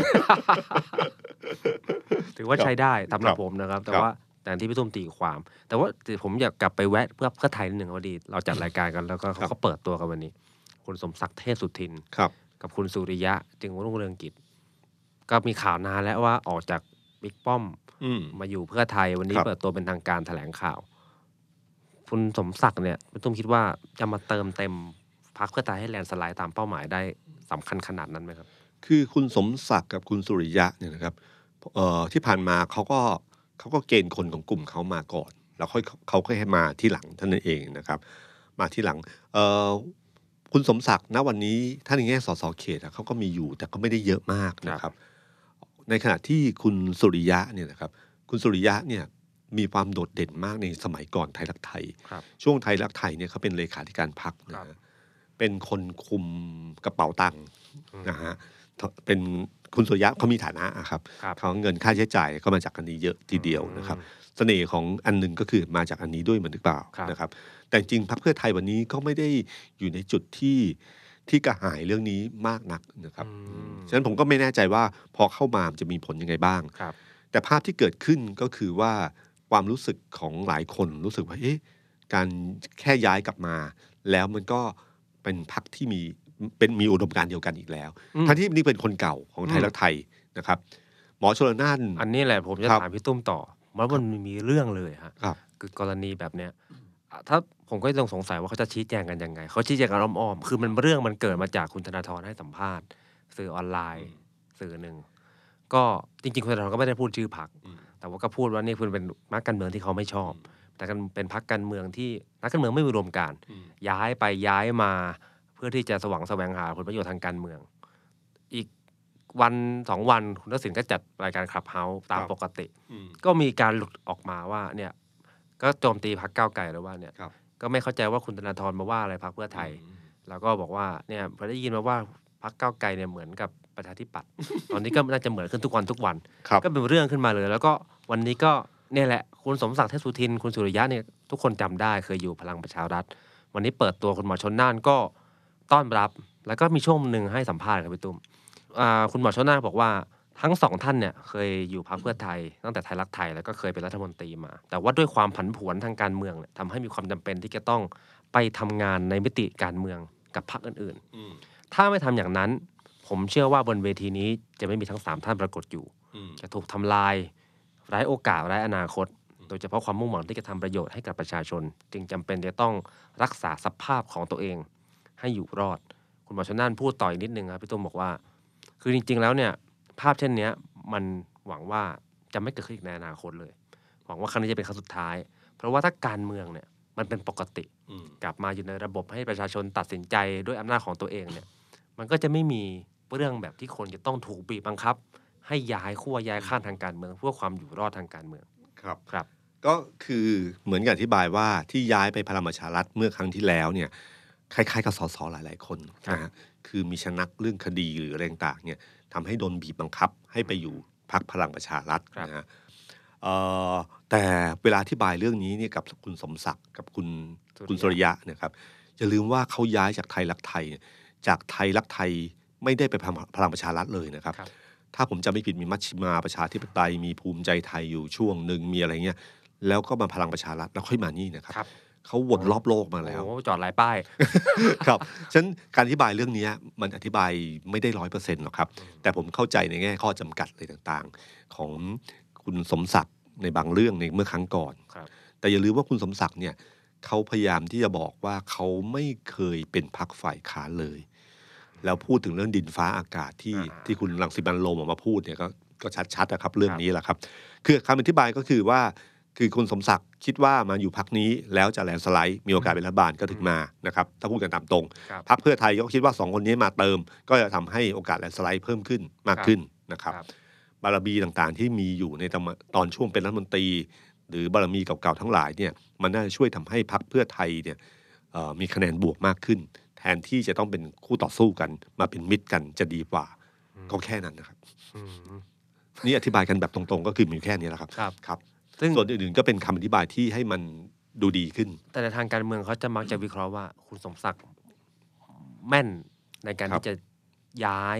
Speaker 3: ถือว่าใช้ได้สำหรั
Speaker 2: ค
Speaker 3: บ
Speaker 2: รับ
Speaker 3: ผมนะครับ แต่
Speaker 2: ครับ
Speaker 3: ว่าแต่ที่พี่ตุ้มตีความ แต่ว่าผมอยากกลับไปแวะเพื่อเพื่อไทยนิดหนึ่งพอดี เราจัดรายการกันแล้วก็เขาก็เปิดตัวกันวันนี้ คุณสมศักดิ์เทพสุทิน
Speaker 2: ครับ
Speaker 3: กับคุณสุริยะ จึงรุ่งเรืองกิจ ก็มีข่าวนานแล้วว่าออกจากบิ๊กป้อม
Speaker 2: อืม
Speaker 3: มาอยู่เพื่อไทยวันนี้
Speaker 2: ครับ
Speaker 3: เปิดตัวเป็นทางการแถลงข่าว คุณสมศักดิ์เนี่ยพี่ตุ้มคิดว่าจะมาเติมเต็มพักเพื่อไทยให้แลนด์สไลด์ตามเป้าหมายได้สำคัญขนาดนั้นไหมครับ
Speaker 2: คือคุณสมศักดิ์กับคุณสุริยะเนี่ยนะครับเอ่อที่ผ่านมาเขาก็เขาก็เกณฑ์คนของกลุ่มเขามาก่อน แล้วค่อยเขาค่อยให้มาที่หลังเท่านนเองนะครับ มาที่หลังเอ่อคุณสมศักดิ์ณวันนี้ท่านในแง่สสเขตอะเขาก็มีอยู่แต่ก็ไม่ได้เยอะมากนะครับ ในขณะที่คุณสุริยะเนี่ยนะครับคุณสุริยะเนี่ยมีความโดดเด่นมากในสมัยก่อนไทยรักไทย
Speaker 3: ครับ
Speaker 2: ช่วงไทยรักไทยเนี่ยเขาเป็นเลขาธิการพรรคนะ
Speaker 3: ครั
Speaker 2: ฮะ
Speaker 3: บ
Speaker 2: เป็นคนคุมกระเป๋าตังค์นะฮะ เป็นคุณสุริยะเขามีฐานะอะครับ
Speaker 3: ครับ
Speaker 2: เขาเงินค่าใช้จ่ายก็มาจากอันนี้เยอะทีเดียวนะครับ เสน่ห์ของอันหนึ่งก็คือมาจากอันนี้ด้วยเหมือนหรือเปล่า
Speaker 3: ครับ
Speaker 2: นะครับ แต่จริงพรรคเพื่อไทยวันนี้ก็ไม่ได้อยู่ในจุดที่ที่กระหายเรื่องนี้มากนักนะครับ
Speaker 3: อืม
Speaker 2: ฉะนั้นผมก็ไม่แน่ใจว่าพอเข้ามามันจะมีผลยังไงบ้าง
Speaker 3: ครับ
Speaker 2: แต่ภาพที่เกิดขึ้นก็คือว่าความรู้สึกของหลายคนรู้สึกว่าเอ๊ะการแค่ย้ายกลับมา แล้วมันก็เป็นพักที่มีเป็นมีอุดมการณ์เดียวกันอีกแล้ว
Speaker 3: อืม
Speaker 2: ทั้งที่นี่เป็นคนเก่าของไท
Speaker 3: อื
Speaker 2: ย
Speaker 3: ม
Speaker 2: รักไทยนะครับ หมอชลนาน
Speaker 3: อันนี้แหละผมจะ
Speaker 2: ครับ
Speaker 3: ถามพี่ตุ้มต่อว่ามันมีเรื่องเลยฮะ
Speaker 2: ครับ
Speaker 3: คือกรณีแบบเนี้ยอ่ะถ้าผมก็ยังสงสัยว่าเขาจะชี้แจงกันยังไงเขาชี้แจงกันอ้อมๆคือมันเรื่องมันเกิดมาจากคุณธนาธรให้สัมภาษณ์ สื่อออนไลน์ สื่อหนึ่งก็จริงๆคุณธนาธรก็ไม่ได้พูดชื่อพรรค
Speaker 2: อืม
Speaker 3: แต่ว่าก็พูดว่านี่คุณเป็นนักการเมืองที่เขาไม่ชอบ แต่กันเป็นพรรคการเมืองที่นักการเมืองไม่มีรวมการ ย้ายไปย้ายมาเพื่อที่จะสว่างแสวงหาผลประโยชน์ทางการเมือง อีกวันสองวันคุณทักษิณก็จัดรายการคลับเฮาส์ตาม
Speaker 2: ครับ
Speaker 3: ปกติ ก็มีการหลุดออกมาว่าเนี่ยก็โจมตีพักก้าวไกลแล้วว่าเนี่ย
Speaker 2: ครับ
Speaker 3: ก็ไม่เข้าใจว่าคุณธนาธรมาว่าอะไรพักเพื่อไทย แล้วก็บอกว่าเนี่ยพอได้ยินมาว่าพักก้าวไกลเนี่ยเหมือนกับประชาธิปัตย์ ตอนนี้ก็น่าจะเหมือนขึ้นทุกวันทุกวัน
Speaker 2: ครับ
Speaker 3: ก็เป็นเรื่องขึ้นมาเลย แล้วก็วันนี้ก็เนี่ยแหละ คุณสมศักดิ์เทพสุทิน คุณสุริยะเนี่ยทุกคนจำได้เคยอยู่พลังประชารัฐ วันนี้เปิดตัวคุณหมอชนน่านก็ต้อนรับ แล้วก็มีช่วงหนึ่งให้สัมภาษณ์ครับพี่ตุ้มอ่าคุณหมอชนน่านบอกว่าทั้งสองท่านเนี่ยเคยอยู่พรรคเพื่อไทย ตั้งแต่ไทยรักไทยแล้วก็เคยเป็นรัฐมนตรีมา แต่ว่าด้วยความผันผวนทางการเมืองเนี่ยทำให้มีความจำเป็นที่จะต้องไปทำงานในมิติการเมืองกับพรรคอื่นๆ ถ้าไม่ทำอย่างนั้น ผมเชื่อว่าบนเวทีนี้จะไม่มีทั้งสามท่านปรากฏอยู่ จะถูกทำลายไร้โอกาสไร้อนาคต โดยเฉพาะความมุ่งหวังที่จะทำประโยชน์ให้กับประชาชน จึงจำเป็นจะต้องรักษาสภาพของตัวเอง ให้อยู่รอด คุณหมอชนน่านพูดต่ออีกนิดนึงครับพี่ตุ้มบอกว่า คือจริงๆแล้วเนี่ย ภาพเช่นเนี้ยมันหวังว่าจะไม่เกิดขึ้นอีกในอนาคตเลย หวังว่าครั้งนี้จะเป็นครั้งสุดท้าย เพราะว่าถ้าการเมืองเนี่ยมันเป็นปกติ กลับมาอยู่ในระบบให้ประชาชนตัดสินใจด้วยอำนาจของตัวเองเนี่ย มันก็จะไม่มีเรื่องแบบที่คนจะต้องถูกบีบบังคับ ให้ย้ายขั้วย้ายข้างทางการเมืองเพื่อความอยู่รอดทางการเมือง
Speaker 2: ครับ
Speaker 3: ครับ
Speaker 2: ก็คือเหมือนกับอธิบายว่าที่ย้ายไปพลังประชารัฐเมื่อครั้งที่แล้วเนี่ยคล้ายๆกับสสหลาย ๆ คน
Speaker 3: ครับ
Speaker 2: นะฮะคือมีชนักเรื่องคดีหรืออะไรต่างๆเนี่ยทำให้โดนบีบบังคับให้ไปอยู่พักพลังประชารัฐนะฮะเอ่อแต่เวลาอธิบายเรื่องนี้เนี่ยกับคุณสมศักดิ์กับคุณคุณสุริยะเนะครับอย่าลืมว่าเขาย้ายจากไทยรักไทยเนี่ยจากไทยรักไทยไม่ได้ไปพลังประชารัฐเลยนะครับ
Speaker 3: ครับ
Speaker 2: ถ้าผมจำไม่ผิดมีมัชชิมาประชาธิปไตยมีภูมิใจไทยอยู่ช่วงหนึ่งมีอะไรเงี้ย แล้วก็มาพลังประชารัฐแล้วค่อยมานี่นะครับ
Speaker 3: ครับ
Speaker 2: เขาวนรอบโลกมาแล้ว
Speaker 3: โอ้โหจอดหลาย ป้าย
Speaker 2: ครับฉะนั้นการอธิบายเรื่องเนี้ยมันอธิบายไม่ได้ร้อยเปอร์เซ็นต์หรอกครับ แต่ผมเข้าใจในแง่ข้อจำกัดอะไรต่างๆ ของคุณสมศักดิ์ในบางเรื่องในเมื่อครั้งก่อน
Speaker 3: ครับ
Speaker 2: แต่อย่าลืมว่าคุณสมศักดิ์เนี่ยเขาพยายามที่จะบอกว่าเขาไม่เคยเป็นพักฝ่ายค้านเลย แล้วพูดถึงเรื่องดินฟ้าอากาศที่
Speaker 3: อ่า
Speaker 2: ที่คุณรังสิบันโรมออกมาพูดเนี่ยก็ก็ชัดๆนะครับเรื่อง
Speaker 3: ครับ
Speaker 2: นี้แหละครับ คือคำอธิบายก็คือว่า คือคุณสมศักดิ์คิดว่ามาอยู่พักนี้แล้วจะแลนด์สไลด์มีโอกาสเป็นรัฐบาลก็ถึงมานะครับถ้าพูดกันตามตรง
Speaker 3: ครับ
Speaker 2: พักเพื่อไทยก็คิดว่าสองคนนี้มาเติม ก็จะทำให้โอกาสแลนด์สไลด์เพิ่มขึ้นมากขึ้นนะครับ
Speaker 3: ครับ
Speaker 2: บารมีต่างๆที่มีอยู่ในตำตอนช่วงเป็นรัฐมนตรี หรือบารมีเก่าๆทั้งหลายเนี่ยมันน่าจะช่วยทำให้พักเพื่อไทยเนี่ยเอ่อมีคะแนนบวกมากขึ้น แทนที่จะต้องเป็นคู่ต่อสู้กันมาเป็นมิตรกันจะดีกว่า ก็แค่นั้นนะครับ
Speaker 3: อืม
Speaker 2: นี่อธิบายกันแบบตรงๆ ก็คือมีแค่นี้แหละครับ
Speaker 3: ครับ
Speaker 2: ครับ
Speaker 3: ซึ่ง
Speaker 2: ส่วนอื่นๆก็เป็นคำอธิบายที่ให้มัน ดูดีขึ้น
Speaker 3: แต่ในทางการเมืองเขาจะมักจะวิเคราะห์ว่า คุณสมศักดิ์แม่นในการ
Speaker 2: ครับ
Speaker 3: ที่จะย้าย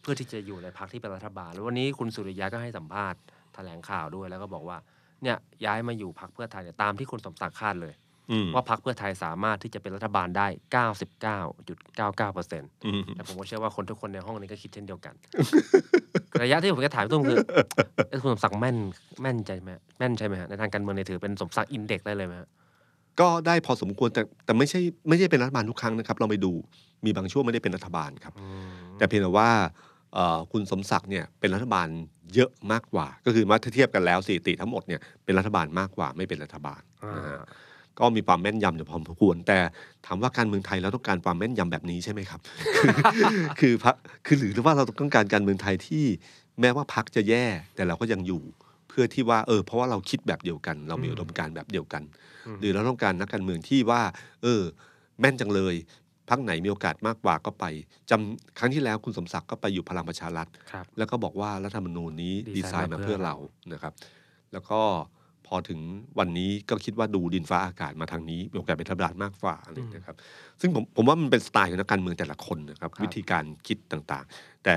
Speaker 3: เพื่อที่จะอยู่ในพรรคที่เป็นรัฐบาลแล้ววันนี้คุณสุริยะก็ให้สัมภาษณ์แถลงข่าวด้วยแล้วก็บอกว่าเนี่ยย้ายมาอยู่พรรคเพื่อไทยเนี่ยตามที่คุณสมศักดิ์คาดเลย
Speaker 2: อืม
Speaker 3: ว่าพรรคเพื่อไทยสามารถที่จะเป็นรัฐบาลได้ 99.99%
Speaker 2: อืม
Speaker 3: แต่ผมก็เชื่อว่าคนทุกคนในห้องนี้ก็คิดเช่นเดียว กัน ระยะที่ผมจะถามพี่ตุ้มคือเอ้ยคุณสมศักดิ์แม่นแม่นใจไหมแม่นใช่ไหมฮะในทางการเมืองเนี่ยถือเป็นสมศักดิ์อินเด็กซ์ได้เลยไหมฮะ
Speaker 2: ก็ได้พอสมควรแต่แต่ไม่ใช่ไม่ใช่เป็นรัฐบาลทุกครั้งนะครับ เราไปดูมีบางช่วงไม่ได้เป็นรัฐบาลครับ แต่เพียงแต่ว่าเอ่อคุณสมศักดิ์เนี่ยเป็นรัฐบาลเยอะมากกว่า ก็คือมาถ้าเทียบกันแล้วสถิติทั้งหมดเนี่ยเป็นรัฐบาลมากกว่าไม่เป็นรัฐบาล
Speaker 3: อ่า
Speaker 2: นะฮะก็มีความแม่นยำอยู่พอสมควร แต่ถามว่าการเมืองไทยเราต้องการความแม่นยำแบบนี้ใช่ไหมครับ คือคือ พักคือหรือว่าเราต้องการการเมืองไทยที่แม้ว่าพักจะแย่แต่เราก็ยังอยู่ เพื่อที่ว่าเออเพราะว่าเราคิดแบบเดียวกัน เรามีอุดมการณ์แบบเดียวกัน
Speaker 3: อืม
Speaker 2: หรือเราต้องการนักการเมืองที่ว่า เออ แม่นจังเลยพักไหนมีโอกาสมากกว่าก็ไปจำครั้งที่แล้วคุณสมศักดิ์ก็ไปอยู่พลังประชารัฐ
Speaker 3: ครับ
Speaker 2: แล้วก็บอกว่ารัฐธรรมนูญนี้
Speaker 3: ดี
Speaker 2: ดี
Speaker 3: ไซ
Speaker 2: ไซ
Speaker 3: น์
Speaker 2: น์มา
Speaker 3: มาเพื่
Speaker 2: เพื่
Speaker 3: อ
Speaker 2: อเรานะครับ แล้วก็พอถึงวันนี้ก็คิดว่าดูดินฟ้าอากาศมาทางนี้มีโอกาสเป็นรัฐบาลมากกว่าอะไรนะครับ ซึ่งผมผมว่ามันเป็นสไตล์ของนักการเมืองแต่ละคนนะครับ วิธีการคิดต่างๆ แต่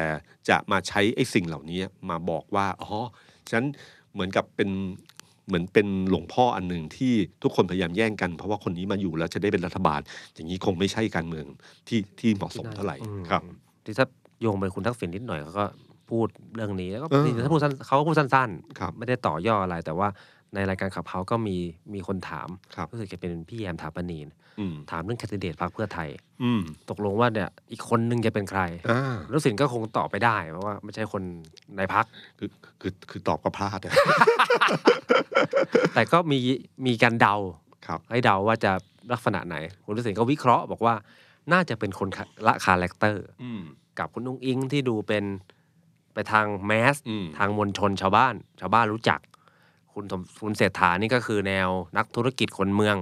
Speaker 2: จะมาใช้ไอ้สิ่งเหล่านี้มาบอกว่าอ๋อฉะนันเหมือนกับเป็นเหมือนเป็นหลวงพ่ออันหนึ่งที่ทุกคนพยายามแย่งกันเพราะว่าคนนี้มาอยู่แล้วจะได้เป็นรัฐบาล อย่างนี้คงไม่ใช่การเมืองที่ที่เหมาะสมเท่าไหร่
Speaker 3: อืม
Speaker 2: ครับ
Speaker 3: ที่ถ้าโยงไปคุณทักษิณนิดหน่อยเขาก็พูดเรื่องนี้แล้วก็
Speaker 2: เออ
Speaker 3: จริงๆถ้าพูดสั้นเขาก็พูดสั้น
Speaker 2: ครับ
Speaker 3: ไม่ได้ต่อย่ออะไร แต่ว่าในรายการขับเฮาก็มีมีคนถาม
Speaker 2: ครับ
Speaker 3: รู้สึกจะเป็นพี่แยมถาปนีน
Speaker 2: อืม
Speaker 3: ถามเรื่องแคนดิเดตพรรคเพื่อไทย
Speaker 2: อืม
Speaker 3: ตกลงว่าเนี่ยอีกคนนึงจะเป็นใคร
Speaker 2: อ่า
Speaker 3: แล้วสินก็คงตอบไปได้เพราะว่าไม่ใช่คนในพัก
Speaker 2: คือคือคือตอบก็พลาดอะ
Speaker 3: แต่ก็มีมีการเดา
Speaker 2: ครับ
Speaker 3: ให้เดาว่าจะลักษณะไหนคุณทักษิณก็วิเคราะห์บอกว่าน่าจะเป็นคนละคาแรคเตอร์
Speaker 2: อืม
Speaker 3: กับคุณนุ้งอิงที่ดูเป็นไปทางแมส
Speaker 2: อืม
Speaker 3: ทางมวลชนชาวบ้าน ชาวบ้านรู้จัก คุณสมคุณเศรษฐานี่ก็คือแนวนักธุรกิจคนเมือง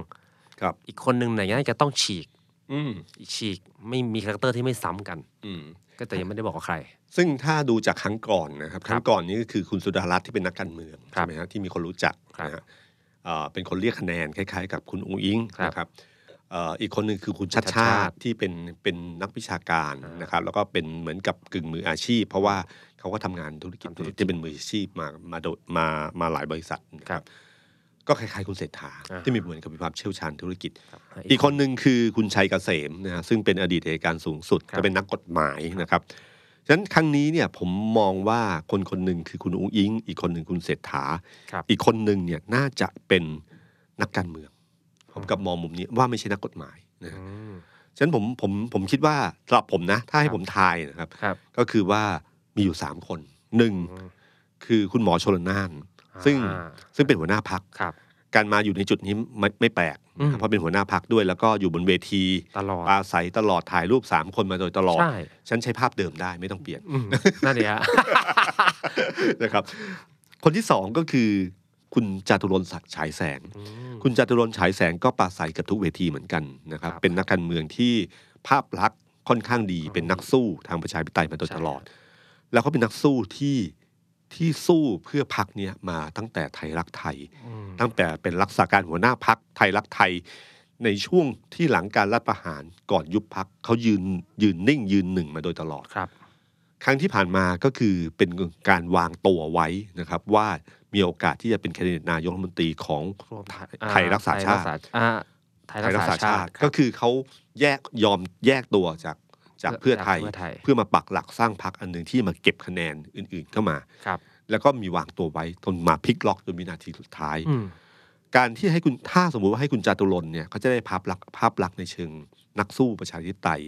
Speaker 2: ครับ
Speaker 3: อีกคนหนึ่งเนี่ยน่าจะต้องฉีก
Speaker 2: อืม
Speaker 3: อีกฉีกไม่มีคาแรคเตอร์ที่ไม่ซ้ำกัน
Speaker 2: อืม
Speaker 3: ก็แต่ยังไม่ได้บอกว่าใคร
Speaker 2: ซึ่งถ้าดูจากครั้งก่อนนะครับ ครั้งก่อนนี้ก็คือคุณสุดารัตน์ที่เป็นนักการเมือง
Speaker 3: ครั
Speaker 2: ใช่
Speaker 3: บ
Speaker 2: ไหมฮะที่มีคนรู้จัก
Speaker 3: ครับ
Speaker 2: นะฮะเอ่อเป็นคนเรียกคะแนนคล้ายๆ กับคุณอุ้งอิง
Speaker 3: ครับ
Speaker 2: นะครับเอ่ออีกคนหนึ่งคือคุณ
Speaker 3: คุณ
Speaker 2: ชั
Speaker 3: ชัด
Speaker 2: ด
Speaker 3: ชา
Speaker 2: ชา
Speaker 3: ติ
Speaker 2: ติที่เป็นเป็นนักวิชาการ
Speaker 3: อ่าน
Speaker 2: นะครับ แล้วก็เป็นเหมือนกับกึ่งมืออาชีพ เพราะว่าเขาก็ทำงานธุรกิจที่เป็นมืออาชีพมามาโดยมามาหลายบริษัทนะครับ ก็คล้ายๆคุณเศรษฐา
Speaker 3: อ่า
Speaker 2: ที่มีเหมือนกับมีความเชี่ยวชาญธุรกิจ อีกคนหนึ่งคือคุณชัยเกษมนะฮะซึ่งเป็นอดีตอัยการสูงสุด
Speaker 3: ครับ
Speaker 2: ก็เป็นนักกฎหมายนะครับฉะนั้นครั้งนี้เนี่ยผมมองว่าคนคนหนึ่งคือคุณอุ้งอิง อีกคนหนึ่งคุณเศรษฐา
Speaker 3: ครับ
Speaker 2: อีกคนหนึ่งเนี่ยน่าจะเป็นนักการเมือง ผมกลับมองมุมนี้ว่าไม่ใช่นักกฎหมายนะ
Speaker 3: อื
Speaker 2: ฮะ
Speaker 3: ม
Speaker 2: ฉะนั้นผมผมผมคิดว่าสำหรับผมนะ ถ้าให้
Speaker 3: ครับ
Speaker 2: ผมทายนะครับ
Speaker 3: ครับ
Speaker 2: ก็คือว่ามีอยู่สามคนหนึ่ง
Speaker 3: อืม
Speaker 2: คือคุณหมอชลน่าน ซึ่ง
Speaker 3: อ่า
Speaker 2: ซึ่งเป็นหัวหน้าพัก
Speaker 3: ครับ
Speaker 2: การมาอยู่ในจุดนี้ไม่ไม่แปลก
Speaker 3: อืม
Speaker 2: นะครับเพราะเป็นหัวหน้าพักด้วย แล้วก็อยู่บนเวที
Speaker 3: ตลอด
Speaker 2: ปราศัยตลอดถ่ายรูป 3 คนมาโดยตลอด
Speaker 3: ใช่
Speaker 2: ฉันใช้ภาพเดิมได้ไม่ต้องเปลี่ยน
Speaker 3: อืมนั่นเองฮะ
Speaker 2: นะครับ คนที่ 2 ก็คือคุณจาตุรนต์ศักดิ์ฉายแสง
Speaker 3: อืม
Speaker 2: คุณจาตุรนต์ฉายแสงก็ปราศัยเกับทุกเวทีเหมือนกันนะครับ
Speaker 3: ครับ
Speaker 2: เป็นนักการเมืองที่ภาพลักษณ์ค่อนข้างดี เป็นนักสู้ทางประชาธิปไตยมาโดย
Speaker 3: ใช่
Speaker 2: ตลอด แล้วก็เป็นนักสู้ที่ที่สู้เพื่อพักเนี่ยมาตั้งแต่ไทยรักไทย
Speaker 3: อืม
Speaker 2: ตั้งแต่เป็นรักษาการหัวหน้าพักไทยรักไทย ในช่วงที่หลังการรัฐประหารก่อนยุบพักเขายืนยืนนิ่งยืนหนึ่งมาโดยตลอด
Speaker 3: ครับ
Speaker 2: ครั้งที่ผ่านมาก็คือเป็นการวางตัวไว้นะครับ ว่ามีโอกาสที่จะเป็นแคนดิเดตนายกรัฐมนตรีของ
Speaker 3: รวมไทย
Speaker 2: ไทยรักษาชาติ
Speaker 3: อ่าไทย
Speaker 2: ไท
Speaker 3: รั
Speaker 2: ย
Speaker 3: ก
Speaker 2: รัก
Speaker 3: ษา
Speaker 2: ษา
Speaker 3: ชา
Speaker 2: ชา
Speaker 3: ติ
Speaker 2: ติ
Speaker 3: รั
Speaker 2: ก็
Speaker 3: บ
Speaker 2: คือเขาแยกยอมแยกตัวจากจากเพื่อไทย
Speaker 3: จากเพื่อไทย
Speaker 2: เพื่อมาปักหลักสร้างพรรคอันหนึ่งที่มาเก็บคะแนนอื่นๆเข้ามา
Speaker 3: ครับ
Speaker 2: แล้วก็มีวางตัวไว้จนมาพลิกล็อกจนวินาทีสุดท้าย
Speaker 3: อืม
Speaker 2: การที่ให้คุณถ้าสมมุติว่าให้คุณจาตุรนต์เนี่ยเขาจะได้ภาพลักษณ์ภาพลักษณ์ในเชิงนักสู้ประชาธิปไตย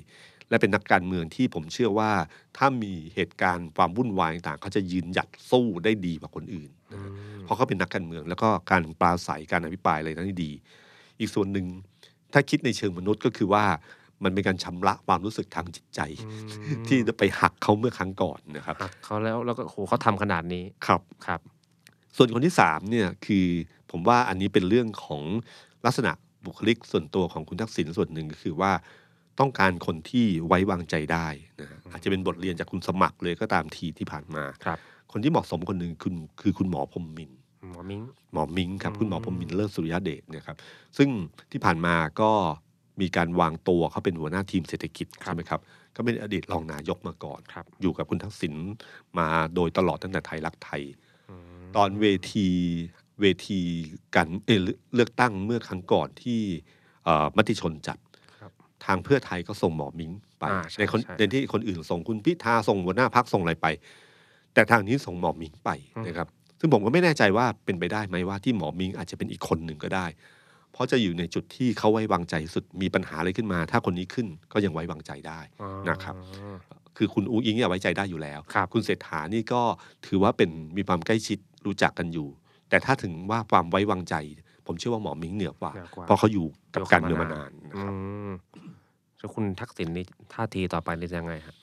Speaker 2: และเป็นนักการเมืองที่ผมเชื่อว่า ถ้ามีเหตุการณ์ความวุ่นวายต่างๆเขาจะยืนหยัดสู้ได้ดีกว่าคนอื่นนะฮะเพราะเขาเป็นนักการเมือง แล้วก็การปราศัยการอภิปรายอะไรนั้นดี อีกส่วนหนึ่งถ้าคิดในเชิงมนุษย์ก็คือว่ามันเป็นการชำระความรู้สึกทางจิตใจ ที่ไปหักเขาเมื่อครั้งก่อนนะครับ
Speaker 3: หักเขาแล้วแล้วก็โหเขาทำขนาดนี้
Speaker 2: ครับ
Speaker 3: ครับ
Speaker 2: ส่วนคนที่สามเนี่ยคือผมว่าอันนี้เป็นเรื่องของลักษณะบุคลิกส่วนตัวของคุณทักษิณส่วนหนึ่งก็คือว่าต้องการคนที่ไว้วางใจได้นะฮะอาจจะเป็นบทเรียนจากคุณสมัครเลยก็ตามทีที่ผ่านมา
Speaker 3: ครับ
Speaker 2: คนที่เหมาะสมคนหนึ่งคุณคือคุณหมอพรหมมินทร์
Speaker 3: อื หมอมิง
Speaker 2: หมอมิงครับ
Speaker 3: อืม
Speaker 2: คุณหมอพรหมมินเลิศสุริยเดชเนี่ยครับซึ่งที่ผ่านมาก็มีการวางตัวเขาเป็นหัวหน้าทีมเศรษฐกิจใช่ไหมครับก็เป็นอดีตรองนายกมาก่อน
Speaker 3: ครับ
Speaker 2: อยู่กับคุณทักษิณมาโดยตลอดตั้งแต่ไทยรักไทย
Speaker 3: อืม
Speaker 2: ตอนเวทีเวทีการเอ่อเลือกเลือกตั้งเมื่อครั้งก่อนที่เอ่อมติชนจัด
Speaker 3: ครับ
Speaker 2: ทางเพื่อไทยก็ส่งหมอมิงไป
Speaker 3: อ่าใช่
Speaker 2: ในคน
Speaker 3: ใช่
Speaker 2: ในที่คนอื่นส่งคุณพิธาส่งหัวหน้าพักส่งอะไรไป แต่ทางนี้ส่งหมอมิงไป
Speaker 3: อืม
Speaker 2: นะครับ ซึ่งผมก็ไม่แน่ใจว่าเป็นไปได้ไหมว่าที่หมอมิงอาจจะเป็นอีกคนหนึ่งก็ได้ เพราะจะอยู่ในจุดที่เขาไว้วางใจสุดมีปัญหาอะไรขึ้นมา ถ้าคนนี้ขึ้นก็ยังไว้วางใจได้
Speaker 3: อ๋อ
Speaker 2: นะครับ คือคุณอูอิงเนี่ยไว้ใจได้อยู่แล้ว
Speaker 3: ครับ
Speaker 2: ณเศรษฐานี่ก็ถือว่าเป็นมีความใกล้ชิดรู้จักกันอยู่ แต่ถ้าถึงว่าความไว้วางใจ ผมเชื่อว่าหมอมิงเหนือกว่า
Speaker 3: เหนือกว่า
Speaker 2: เพราะเขาอยู่กับการเมืองมานานนะ
Speaker 3: อื
Speaker 2: ครับ
Speaker 3: มแล้วคุณทักษิณนี่ท่าทีต่อไปนี่จะยังไงฮะ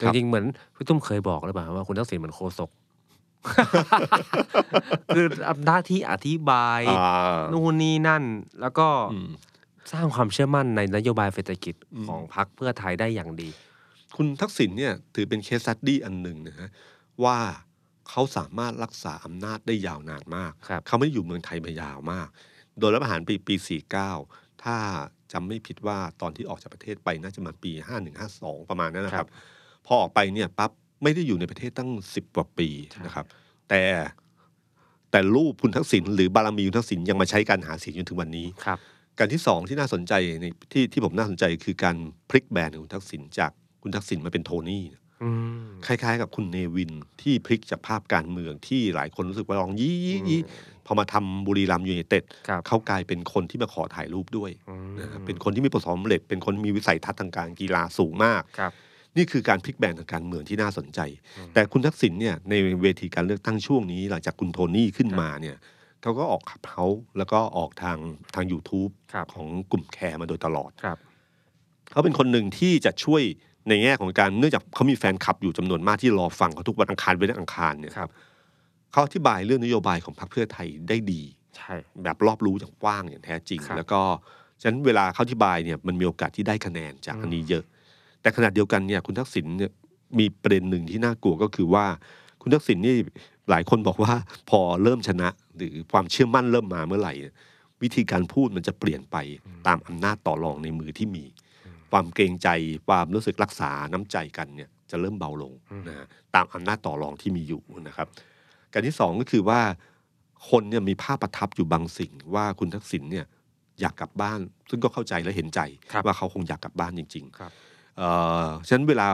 Speaker 2: ค
Speaker 3: จ
Speaker 2: รับ
Speaker 3: ริงๆเหมือนพี่ตุ้มเคยบอกหรือเปล่าว่าคุณทักษิณเหมือนโคศก คืออำนาจที่อธิบาย
Speaker 2: อ่
Speaker 1: Ah,
Speaker 2: า
Speaker 3: นู่นนี่นั่น แล้วก็
Speaker 2: อืม
Speaker 3: สร้างความเชื่อมั่นในนโยบายเศรษฐกิจ
Speaker 2: อืม
Speaker 3: ของพรรคเพื่อไทยได้อย่างดี
Speaker 2: คุณทักษิณเนี่ยถือเป็นเคสสตดี้อันหนึ่งนะฮะว่าเขาสามารถรักษาอำนาจได้ยาวนานมาก
Speaker 3: ครับ
Speaker 2: เขาไม่ได้อยู่เมืองไทยมายาวมาก โดยรัฐประหารปีปี 49 ถ้าจำไม่ผิดว่าตอนที่ออกจากประเทศไปน่าจะมาปี 5152 ประมาณนั้นนะครับ พอออกไปเนี่ยปั๊บไม่ได้อยู่ในประเทศตั้ง 10 กว่าปี
Speaker 3: ใช่
Speaker 2: นะครับ แต่แต่รูปคุณทักษิณหรือบารมีคุณทักษิณยังมาใช้การหาเสียงจนถึงวันนี้
Speaker 3: ครับ
Speaker 2: การที่สองที่น่าสนใจในที่ที่ผมน่าสนใจคือการพลิกแบรนด์ของคุณทักษิณจากคุณทักษิณมาเป็นโทนี่
Speaker 3: อืม
Speaker 2: คล้ายๆ กับคุณเนวินที่พลิกจากภาพการเมืองที่หลายคนรู้สึกว่าลองยี่ยี่ยี่พอมาทำบุรีรัมย์ยูไนเต็ด
Speaker 3: ครับ
Speaker 2: เขากลายเป็นคนที่มาขอถ่ายรูปด้วย
Speaker 3: อืม
Speaker 2: นะครับเป็นคนที่มีประสบความสำเร็จ เป็นคนมีวิสัยทัศน์ทางการกีฬาสูงมาก
Speaker 3: ครับ
Speaker 2: นี่คือการพลิกแบรนด์ทางการเมืองที่น่าสนใจ แต่คุณทักษิณเนี่ยในเวทีการเลือกตั้งช่วงนี้ หลังจากคุณโทนี่ขึ้นมาเนี่ยเขาก็ออกขับเฮาแล้วก็ออกทางทาง YouTube
Speaker 3: ครับ
Speaker 2: ของกลุ่มแคร์มาโดยตลอด
Speaker 3: ครับ
Speaker 2: เขาเป็นคนหนึ่งที่จะช่วยในแง่ของการเนื่องจากเขามีแฟนคลับอยู่จำนวนมากที่รอฟังเขาทุกวันอังคารเว้นอังคารเนี่ย
Speaker 3: ครับ
Speaker 2: เขาอธิบายเรื่องนโยบายของพรรคเพื่อไทยได้ดี
Speaker 3: ใช่
Speaker 2: แบบรอบรู้อย่างกว้างอย่างแท้จริง
Speaker 3: ครับ
Speaker 2: แล้วก็ฉะนั้นเวลาเขาอธิบายเนี่ยมันมีโอกาสที่ได้คะแนนจาก
Speaker 3: อืม
Speaker 2: อันนี้เยอะ แต่ขณะเดียวกันเนี่ยคุณทักษิณเนี่ยมีประเด็นหนึ่งที่น่ากลัวก็คือว่า คุณทักษิณนี่หลายคนบอกว่า พอเริ่มชนะหรือความเชื่อมั่นเริ่มมาเมื่อไหร่เนี่ยวิธีการพูดมันจะเปลี่ยนไปตามอำนาจต่อรองในมือที่มี ความเกรงใจความรู้สึกรักษาน้ำใจกันเนี่ยจะเริ่มเบาลงนะฮะตามอำนาจต่อรองที่มีอยู่นะครับ การที่สองก็คือว่าคนเนี่ยมีภาพประทับอยู่บางสิ่งว่าคุณทักษิณเนี่ยอยากกลับบ้าน ซึ่งก็เข้าใจและเห็นใจ
Speaker 3: ครับ
Speaker 2: ว่าเขาคงอยากกลับบ้านจริง
Speaker 3: ครับ
Speaker 2: ๆเอ่อฉะนั้นเวลา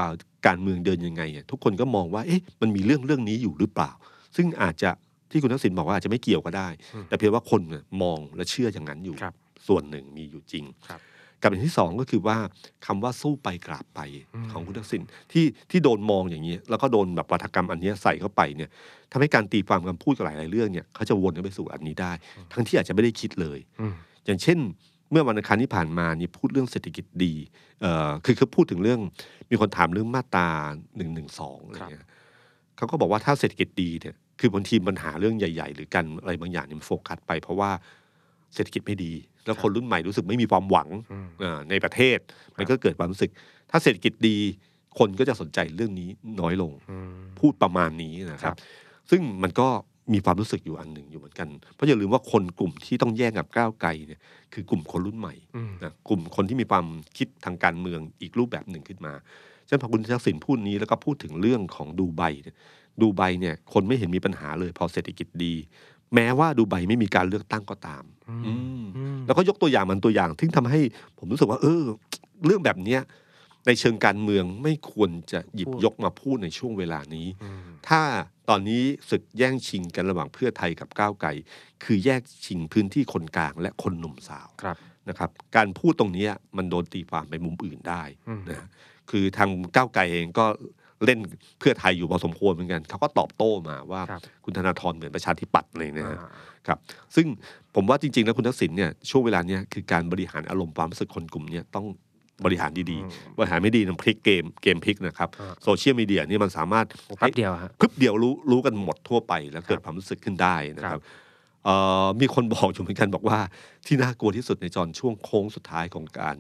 Speaker 2: การเมืองเดินยังไงเนี่ยทุกคนก็มองว่าเอ๊ะมันมีเรื่องเรื่องนี้อยู่หรือเปล่า ซึ่งอาจจะที่คุณทักษิณบอกว่าอาจจะไม่เกี่ยวก็ได้ แต่เพียงว่าคนเนี่ยมองและเชื่ออย่างนั้นอยู่
Speaker 3: ครับ
Speaker 2: ส่วนหนึ่งมีอยู่จริง
Speaker 3: ครับ
Speaker 2: กับอย่างที่สองก็คือว่าคำว่าสู้ไปกราบไป
Speaker 3: อืม
Speaker 2: ของคุณทักษิณที่ที่โดนมองอย่างนี้แล้วก็โดนแบบวัฒกรรมอันเนี้ยใส่เข้าไปเนี่ยทำให้การตีความคำพูดกับหลายๆเรื่องเนี่ยเขาจะวนกันไปสู่อันนี้ได้ ทั้งที่อาจจะไม่ได้คิดเลย
Speaker 3: อืม
Speaker 2: อย่างเช่น เมื่อวันอังคารที่ผ่านมาเนี่ยพูดเรื่องเศรษฐกิจดีเอ่อคือคือพูดถึงเรื่องมีคนถามเรื่องมาตราหนึ่งหนึ่งสองอะไรเงี้ยเขาก็บอกว่าถ้าเศรษฐกิจดีเนี่ยคือบางทีปัญหาเรื่องใหญ่ ๆ หรือการอะไรบางอย่างเนี่ยมันโฟกัสไป เพราะว่าเศรษฐกิจไม่ดี แล้วคนรุ่นใหม่รู้สึกไม่มีความหวัง
Speaker 3: อืม
Speaker 2: เอ่อในประเทศ มันก็เกิดความรู้สึก ถ้าเศรษฐกิจดี คนก็จะสนใจเรื่องนี้น้อยลง
Speaker 3: อืม
Speaker 2: พูดประมาณนี้นะค
Speaker 3: ครั
Speaker 2: รับ
Speaker 3: บ
Speaker 2: ซึ่งมันก็มีความรู้สึกอยู่อันหนึ่งอยู่เหมือนกัน เพราะอย่าลืมว่าคนกลุ่มที่ต้องแย่งกับก้าวไกลเนี่ยคือกลุ่มคนรุ่นใหม่
Speaker 3: อืม
Speaker 2: นะกลุ่มคนที่มีความคิดทางการเมืองอีกรูปแบบหนึ่งขึ้นมาฉะนั้นพอคุณทักษิณพูดนี้แล้วก็พูดถึงเรื่องของดูไบเนี่ยดูไบเนี่ยคนไม่เห็นมีปัญหาเลย พอเศรษฐกิจดี แม้ว่าดูไบไม่มีการเลือกตั้งก็ตาม
Speaker 3: อืม
Speaker 2: อืม
Speaker 3: อืม
Speaker 2: แล้วก็ยกตัวอย่างมันตัวอย่างที่ทำให้ผมรู้สึกว่า เออ เรื่องแบบเนี้ยในเชิงการเมืองไม่ควรจะหยิบ
Speaker 3: พูด
Speaker 2: ยกมาพูดในช่วงเวลานี้
Speaker 3: อืม
Speaker 2: ถ้าตอนนี้ศึกแย่งชิงกันระหว่างเพื่อไทยกับก้าวไกลคือแยกชิงพื้นที่คนกลางและคนหนุ่มสาว
Speaker 3: ครับ
Speaker 2: นะครับ การพูดตรงเนี้ยมันโดนตีความไปมุมอื่นได้
Speaker 3: อืม
Speaker 2: นะคือทางก้าวไกลเองก็เล่นเพื่อไทยอยู่พอสมควรเหมือนกันเขาก็ตอบโต้มาว่า
Speaker 3: ครับ
Speaker 2: คุณธนาธรเหมือนประชาธิปัตย์เลยนะฮะ
Speaker 3: อ่า
Speaker 2: ครับซึ่งผมว่าจริงๆ แล้วคุณทักษิณเนี่ยช่วงเวลาเนี้ยคือการบริหารอารมณ์ความรู้สึกคนกลุ่มเนี้ยต้องบริหารดี
Speaker 3: อืม
Speaker 2: ๆ บริหารไม่ดีน้ำพลิกเกมเกมพลิกนะครับ
Speaker 3: อ่า
Speaker 2: โซเชียลมีเดียนี่มันสามารถ
Speaker 3: โอ้แป๊บเดียวฮะ
Speaker 2: พึบเดียวรู้รู้กันหมดทั่วไปแล้วเกิดความรู้สึกขึ้นได้นะค
Speaker 3: ครั
Speaker 2: รับบ เอ่อมีคนบอกอยู่เหมือนกันบอกว่าที่น่ากลัวที่สุดในจอนช่วงโค้งสุดท้ายของการ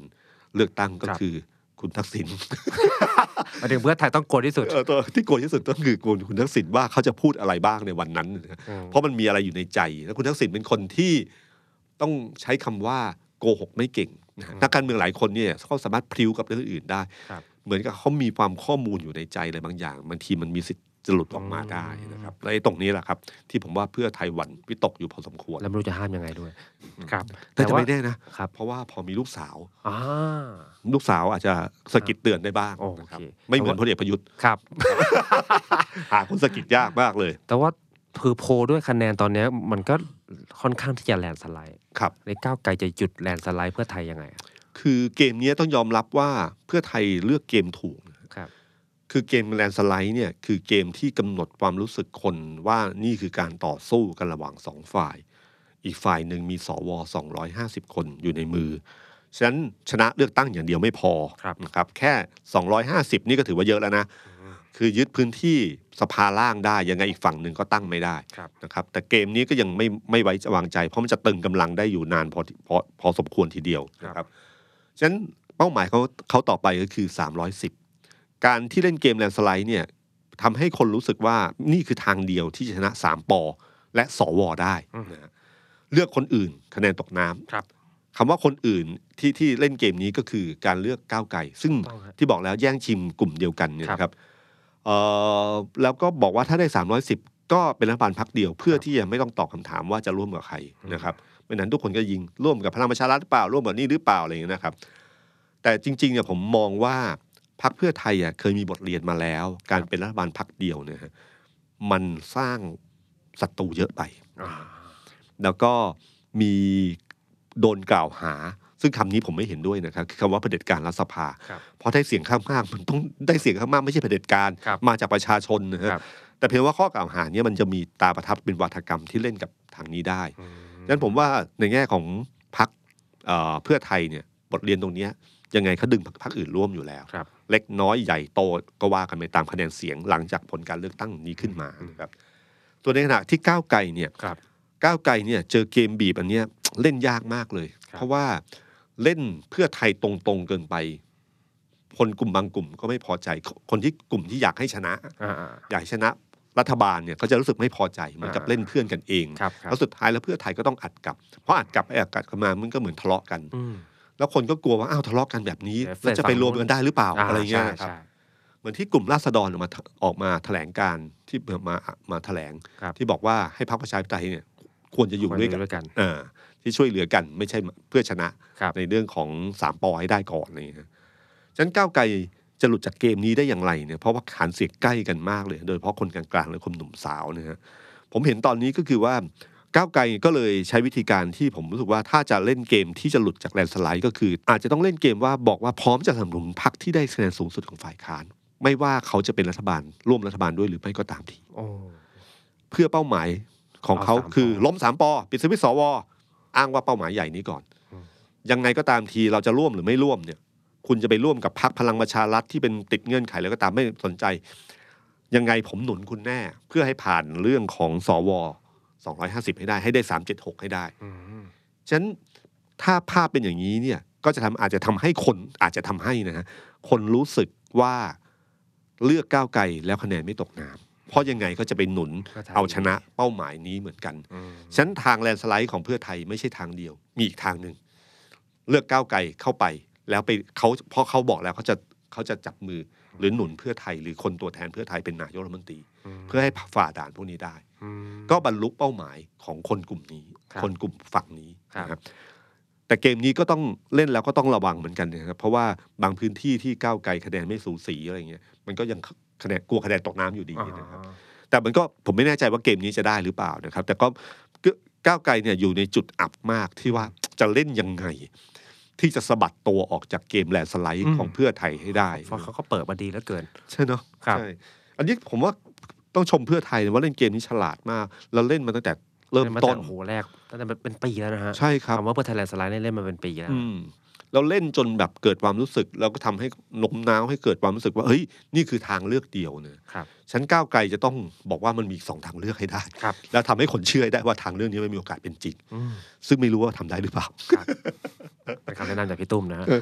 Speaker 2: เลือกตั้งก็คือ คุ คุณทักษิณ
Speaker 3: หมายถึงเพื่อไทยต้องโกรธที่สุด
Speaker 2: เออตัว ที่โกรธที่สุดก็คือคุณคุณทักษิณว่าเขาจะพูดอะไรบ้างในวันนั้นนะครับ
Speaker 3: ม
Speaker 2: เพราะมันมีอะไรอยู่ในใจ แล้วคุณทักษิณเป็นคนที่ต้องใช้คำว่าโกหกไม่เก่งนะฮะนักการเมืองหลายคนเนี่ยเขาสามารถพลิ้วกับเรื่องอื่นได้
Speaker 3: ครับ
Speaker 2: เหมือนกับเขามีความข้อมูลอยู่ในใจอะไรบางอย่างบางทีมันมีสิทธิ์จะหลุดออกมาได้นะครับและไอ้ตรงนี้แหละครับ ที่ผมว่าเพื่อไทยหวันวิตกอยู่พอสมควร
Speaker 3: แล้วไม่รู้จะห้ามยังไงด้วย ครับ
Speaker 2: แต่
Speaker 3: แต่
Speaker 2: จะ
Speaker 3: ว่า
Speaker 2: ไม่แน่นะครับ เพราะว่าพอมีลูกสาว
Speaker 3: อ่า
Speaker 2: ลูกสาวอาจจะสะกิดเตือนได้บ้างนะครับ
Speaker 3: โอเค
Speaker 2: ไม่เหมือนพลเอกประยุทธ์
Speaker 3: ครับ
Speaker 2: หาคนสะกิดยากมากเลย
Speaker 3: แต่ว่าคือโพลด้วยคะแนนตอนเนี้ยมันก็ค่อนข้างที่จะแลนด์สไลด์
Speaker 2: ครับ
Speaker 3: ในก้าวไกลจะหยุดแลนด์สไลด์เพื่อไทยยังไงอะ
Speaker 2: คือเกมเนี้ยต้องยอมรับว่าเพื่อไทยเลือกเกมถูกนะครับ คือเกมแลนด์สไลด์เนี่ยคือเกมที่กำหนดความรู้สึกคนว่านี่คือการต่อสู้กันระหว่างสองฝ่าย อีกฝ่ายหนึ่งมีสว250 คนอยู่ในมือ ฉะนั้นชนะเลือกตั้งอย่างเดียวไม่พอ
Speaker 3: ครับ
Speaker 2: นะครับแค่ 250 นี่ก็ถือว่าเยอะแล้วนะ คือยึดพื้นที่สภาล่างได้ยังไงอีกฝั่งหนึ่งก็ตั้งไม่ได้
Speaker 3: ครับ
Speaker 2: นะครับแต่เกมนี้ก็ยังไม่ไม่ไว้วางใจ เพราะมันจะตึงกำลังได้อยู่นานพอพอพอสมควรทีเดียวนะครับฉะนั้นเป้าหมายเขาเขาต่อไปก็คือ 310 การที่เล่นเกมแลนด์สไลด์เนี่ยทำให้คนรู้สึกว่านี่คือทางเดียวที่จะชนะ 3ปอและสวได้
Speaker 3: อืม
Speaker 2: นะฮะเลือกคนอื่นคะแนนตกน้ำ
Speaker 3: ครับ
Speaker 2: คำว่าคนอื่นที่ที่เล่นเกมนี้ก็คือการเลือกก้าวไกลซึ่ง
Speaker 3: ต้องฮะ
Speaker 2: ที่บอกแล้วแย่งชิมกลุ่มเดียวกันเนี่ย
Speaker 3: ครับ
Speaker 2: นะครับเอ่อแล้วก็บอกว่าถ้าได้ 310 ก็เป็นรัฐบาลพักเดียว เพื่อที่จะไม่ต้องตอบคำถามว่าจะร่วมกับใคร
Speaker 3: อืม
Speaker 2: นะครับไม่นั้นทุกคนก็ยิงร่วมกับพลังประชารัฐหรือเปล่าร่วมกับนี่หรือเปล่าอะไรอย่างเงี้ยนะครับ แต่จริงๆเนี่ยผมมองว่าพักเพื่อไทยอ่ะเคยมีบทเรียนมาแล้ว การเป็นรัฐบาลพักเดียวเนี่ยฮะมันสร้างศัตรูเยอะไป
Speaker 3: อ่า
Speaker 2: แล้วก็มีโดนกล่าวหา ซึ่งคำนี้ผมไม่เห็นด้วยนะครับคือคำว่าเผด็จการรัฐสภา
Speaker 3: ครับ
Speaker 2: เพราะได้เสียงข้างมากมันต้องได้เสียงข้างมากไม่ใช่เผด็จการ
Speaker 3: ครับ
Speaker 2: มาจากประชาชนนะฮะ
Speaker 3: ครับ
Speaker 2: แต่เพียงว่าข้อกล่าวหาเนี่ยมันจะมีตาประทับเป็นวาทกรรมที่เล่นกับทางนี้ได้
Speaker 3: อื
Speaker 2: ดังนั้นผมว่าในแง่ของพักเพื่อไทยเนี่ยบทเรียนตรงเนี้ยยังไงเขาดึงพรรคอื่นร่วมอยู่แล้ว
Speaker 3: ครับ
Speaker 2: เล็กน้อยใหญ่โตก็ว่ากันไปตามคะแนนเสียงหลังจากผลการเลือกตั้งนี้ขึ้นมานะครับตัวนในขณะที่ก้าวไกลเนี่ย
Speaker 3: ครับ
Speaker 2: ก้าวไกลเนี่ยเจอเกมบีบอันเนี้ย เล่นยากมากเลย
Speaker 3: ครับ
Speaker 2: เพราะว่าเล่นเพื่อไทยตรงๆเกินไป คนกลุ่มบางกลุ่มก็ไม่พอใจ คนที่กลุ่มที่อยากให้ชนะ
Speaker 3: อ่า
Speaker 2: อยากให้ชนะรัฐบาลเนี่ยก็จะรู้สึกไม่พอใจเหมือนกับ
Speaker 3: อ่า
Speaker 2: เล่นเพื่อนกันเอง
Speaker 3: ๆครับครั
Speaker 2: แล้ว
Speaker 3: บ
Speaker 2: สุดท้ายแล้วเพื่อไทยก็ต้องอัดกลับเพราะอัดกลับไปอัดกลับกันมามันก็เหมือนทะเลาะกัน
Speaker 3: อืม
Speaker 2: แล้วคนก็กลัวว่าอ้าวทะเลาะกันแบบนี้
Speaker 3: เดี๋ย
Speaker 2: แล้
Speaker 3: ว
Speaker 2: วจะไปรวมกันได้หรือเปล่า
Speaker 3: า
Speaker 2: อะไรเงี้ยครับ
Speaker 3: ใช่
Speaker 2: เหมือนที่กลุ่มราษฎรออกมาออกมาแถลงการณ์ที่เพิ่มมามาแถลง
Speaker 3: ครับ
Speaker 2: ที่บอกว่าให้พรรคประชาธิปไตยเนี่ยควรจะ
Speaker 3: ๆ
Speaker 2: อยู่ด้วยกัน
Speaker 3: ด้วยกัน
Speaker 2: เอ่อที่ช่วยเหลือกันไม่ใช่เพื่อชนะครับ ในเรื่องของสามปอให้ได้ก่อนนี่ฮะฉะนันก้าวไกลจะหลุดจากเกมนี้ได้อย่างไรเนี่ยเพราะว่าฐานเสียงใกล้กันมากเลย โดยเฉพาะคนกลางๆและคนหนุ่มสาวเนะฮะผมเห็นตอนนี้ก็คือว่าก้าวไกลก็เลยใช้วิธีการที่ผมรู้สึกว่าถ้าจะเล่นเกมที่จะหลุดจากแลนด์สไลด์ก็คือ อาจจะต้องเล่นเกมว่าบอกว่าพร้อมจะสนับสนุนพรรคที่ได้คะแนนสูงสุดของฝ่ายค้าน ไม่ว่าเขาจะเป็นรัฐบาลร่วมรัฐบาลด้วยหรือไม่ก็ตามที
Speaker 3: โอ้
Speaker 2: เพื่อเป้าหมายของเขา
Speaker 3: เอาสามปอ
Speaker 2: คือล้มสามปอปิดสวิตช์สวอ้างว่าเป้าหมายใหญ่นี้ก่อน
Speaker 3: อืม
Speaker 2: ยังไงก็ตามทีเราจะร่วมหรือไม่ร่วมเนี่ย คุณจะไปร่วมกับพรรคพลังประชารัฐที่เป็นติดเงื่อนไขแล้วก็ตามไม่สนใจ ยังไงผมหนุนคุณแน่ เพื่อให้ผ่านเรื่องของสว250 ให้ได้ให้ได้ 376 ให้ได้
Speaker 3: อืม
Speaker 2: ฉะนั้นถ้าภาพเป็นอย่างนี้เนี่ยก็จะทำอาจจะทำให้คนอาจจะทำให้นะฮะคนรู้สึกว่าเลือกก้าวไกลแล้วคะแนนไม่ตกน้ำเพราะยังไงก็จะไปหนุน
Speaker 3: ก็ทำ
Speaker 2: เอาชนะเป้าหมายนี้เหมือนกัน
Speaker 3: อืม
Speaker 2: ฉะนันทางแลนด์สไลด์ของเพื่อไทยไม่ใช่ทางเดียว มีอีกทางหนึ่ง เลือกก้าวไกลเข้าไป แล้วไปเขาเพราะเขาบอกแล้วเขาจะเขาจะจับมือหรือหนุนเพื่อไทย หรือคนตัวแทนเพื่อไทยเป็นนายกรัฐมนตรี
Speaker 3: อืม
Speaker 2: เพื่อให้ฝ่าด่านพวกนี้ได้
Speaker 3: อืม
Speaker 2: ก็บรรลุเป้าหมายของคนกลุ่มนี้
Speaker 3: ครับ
Speaker 2: คนกลุ่มฝั่งนี้
Speaker 3: ครับ
Speaker 2: นะครับ แต่เกมนี้ก็ต้องเล่นแล้วก็ต้องระวังเหมือนกันนะครับ เพราะว่าบางพื้นที่ที่ก้าวไกลคะแนนไม่สูสีอะไรเงี้ย มันก็ยังคะแนนกลัวคะแนนตกน้ำอยู่ดีนะครับ
Speaker 3: อ่า
Speaker 2: แต่มันก็ผมไม่แน่ใจว่าเกมนี้จะได้หรือเปล่านะครับ แต่ก็ก็ก้าวไกลเนี่ยอยู่ในจุดอับมากที่ว่าจะเล่นยังไง ที่จะสะบัดตัวออกจากเกมแลนด์สไล
Speaker 3: อื
Speaker 2: ด์
Speaker 3: ม
Speaker 2: ของเพื่อไทยให้ได้
Speaker 3: เพราะเขาก็เปิดมาดีแล้วเกิน
Speaker 2: ใช่เนาะ
Speaker 3: ครับ
Speaker 2: ใช่อันนี้ผมว่าต้องชมเพื่อไทยนะว่าเล่นเกมนี้ฉลาดมาก แล้วเล่นมาตั้งแต่เริ่ม
Speaker 3: ล่า
Speaker 2: ต้น
Speaker 3: แต่โอ้โหแรกตั้งแต่เป็นปีแล้วนะฮะ
Speaker 2: ใช่ครับ
Speaker 3: คำว่าเพื่อไทยแลนด์สไลด์เนี่ยเล่นมาเป็นปีแล้ว
Speaker 2: อืมเราเล่นจนแบบเกิดความรู้สึก แล้วก็ทำให้โน้มน้าวให้เกิดความรู้สึกว่าเฮ้ยนี่คือทางเลือกเดียวเนอะ
Speaker 3: ครับ
Speaker 2: ฉันก้าวไกลจะต้องบอกว่ามันมีอีกสองทางเลือกให้ได้
Speaker 3: ครับ
Speaker 2: แล้วทำให้คนเชื่อได้ว่าทางเรื่องนี้ไม่มีโอกาสเป็นจริง
Speaker 3: อืม
Speaker 2: ซึ่งไม่รู้ว่าทำได้หรือเปล่า
Speaker 3: เป็นคำแนะนำจากพี่ตุ้มนะฮะ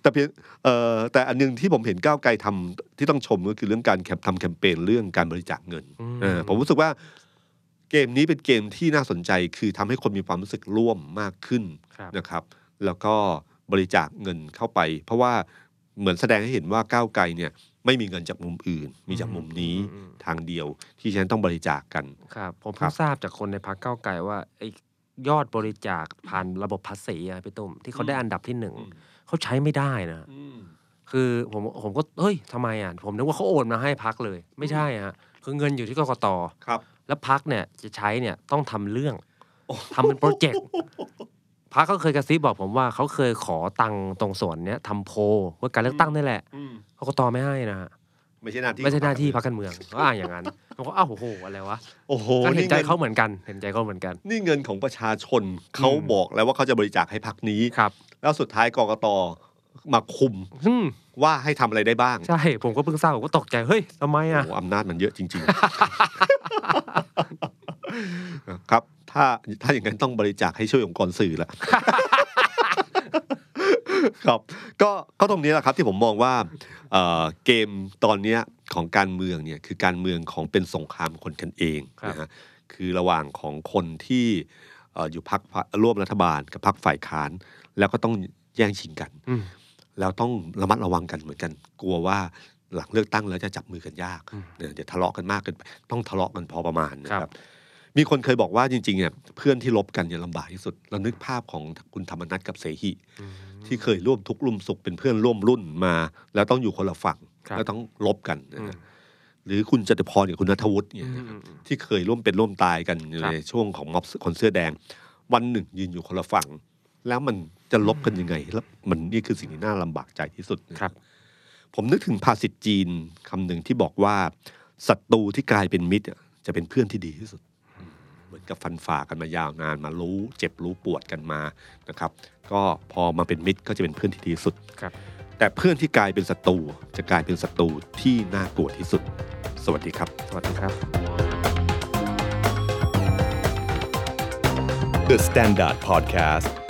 Speaker 2: แต่เพียงเอ่อแต่อันหนึงที่ผมเห็นก้าวไกลทำที่ต้องชมก็คือเรื่องการแคปทำแคมเปญเรื่องการบริจาคเงิน
Speaker 3: อืม
Speaker 2: เออผมรู้สึกว่าเกมนี้เป็นเกมที่น่าสนใจคือทำให้คนมีความรู้สึกร่วมมากขึ้น
Speaker 3: ครับ
Speaker 2: นะครับแล้วก็บริจาคเงินเข้าไป เพราะว่าเหมือนแสดงให้เห็นว่าก้าวไกลเนี่ยไม่มีเงินจากมุมอื่น มีจากมุมนี้
Speaker 3: อืมอืม
Speaker 2: ทางเดียวที่ฉันต้องบริจาคกัน
Speaker 3: ครับ ผม
Speaker 2: ครั
Speaker 3: เพิ่
Speaker 2: บ
Speaker 3: งทราบจากคนในพักเก้าวไกลว่าไอ้ยอดบริจาคผ่านระบบภาษีอะพี่ตุ้มที่เขาได้อันดับที่หนึ่งเขาใช้ไม่ได้นะ คือผมผมก็เฮ้ยทำไมอ่ะผมนึกว่าเขาโอนมาให้พักเลย ไม่ใช่ฮะคือเงินอยู่ที่กกต
Speaker 2: ครับ
Speaker 3: แล้วพักเนี่ยจะใช้เนี่ยต้องทำเรื่องทำเป็นโปรเจกต์พักก็เคยกระซิบบอกผมว่าเขาเคยขอตังค์ตรงส่วนเนี้ยทำโพลว่าการเลือกตั้งนี่แหละกกตไม่ให้นะฮะ
Speaker 2: ไม่ใช่หน้าที่
Speaker 3: ไม่ใช่หน้าที่พักการเมืองก็อ่านอย่างนั้นผมก็อ้าวโอ้โหอะไรวะ
Speaker 2: โอ้โห
Speaker 3: ก็เห็น
Speaker 2: นี่
Speaker 3: ใจ
Speaker 2: เงิน
Speaker 3: เขาเหมือนกันเห็นใจเขาเหมือนกัน
Speaker 2: นี่เงินของประชาชนเขา
Speaker 3: อืม
Speaker 2: บอกแล้วว่าเขาจะบริจาคให้พักนี้
Speaker 3: ครับ
Speaker 2: แล้วสุดท้ายกกตมาคุม
Speaker 3: อืม
Speaker 2: ว่าให้ทำอะไรได้บ้าง
Speaker 3: ใช่ผมก็เพิ่งทราบผมก็ตกใจเฮ้ยทำไมอ่ะ
Speaker 2: โอ้อำนาจมันเยอะจริง ๆ ครับ ถ้าถ้าอย่างนั้นต้องบริจาคให้ช่วยองค์กรสื่ อละ ครับก็ก็ตรงนี้แหละครับที่ผมมองว่าเอ่อเกมตอนเนี้ยของการเมืองเนี่ยคือการเมืองของเป็นสงครามคนกันเองนะฮะคือระหว่างของคนที่เอ่ออยู่พักร่วมรัฐบาลกับพักฝ่ายค้าน แล้วก็ต้องแย่งชิงกัน
Speaker 3: อืม
Speaker 2: แล้วต้องระมัดระวังกันเหมือนกัน กลัวว่าหลังเลือกตั้งแล้วจะจับมือกันยาก
Speaker 3: อืม
Speaker 2: เนี่ยเดี๋ยวทะเลาะกันมากเกินไปต้องทะเลาะกันพอประมาณนะค
Speaker 3: ครั
Speaker 2: รับ
Speaker 3: บ
Speaker 2: มีคนเคยบอกว่าจริงๆเนี่ยเพื่อนที่ลบกันเนี่ยลำบากที่สุดเรานึกภาพของคุณธรรมนัทกับเสหิ
Speaker 3: อืม
Speaker 2: ที่เคยร่วมทุกข์ร่วมสุขเป็นเพื่อนร่วมรุ่นมา แล้วต้องอยู่คนละฝั่ง
Speaker 3: ครับ
Speaker 2: แล้วต้องลบกันนะ
Speaker 3: อืม
Speaker 2: ฮะหรือคุณจตุพรกับคุณนัทวุฒิเนี่ย
Speaker 3: อื
Speaker 2: นะ
Speaker 3: ม
Speaker 2: ค
Speaker 3: อื
Speaker 2: รับ
Speaker 3: มอืม
Speaker 2: ที่เคยร่วมเป็นร่วมตายกันอยู่
Speaker 3: ครับ
Speaker 2: ในช่วงของม็อบคนเสื้อแดง วันหนึ่งยืนอยู่คนละฝั่ง แล้วมันจะลบกันยังไงแล้วมันนี่คือสิ่งที่น่าลำบากใจที่สุดนะครับ ผมนึกถึงภาษิตจีนคำหนึ่งที่บอกว่าศัตรูที่กลายเป็นมิตรอะจะเป็นเพื่อนที่ดีที่สุด เหมือนกับฟันฝ่ากันมายาวนานมารู้เจ็บรู้ปวดกันมานะครับ ก็พอมาเป็นมิตรก็จะเป็นเพื่อนที่ดีที่สุด
Speaker 3: ครับ
Speaker 2: แต่เพื่อนที่กลายเป็นศัตรูจะกลายเป็นศัตรูที่น่ากลัวที่สุด สวัสดีครับ
Speaker 3: สวัสดีครับ
Speaker 1: The Standard Podcast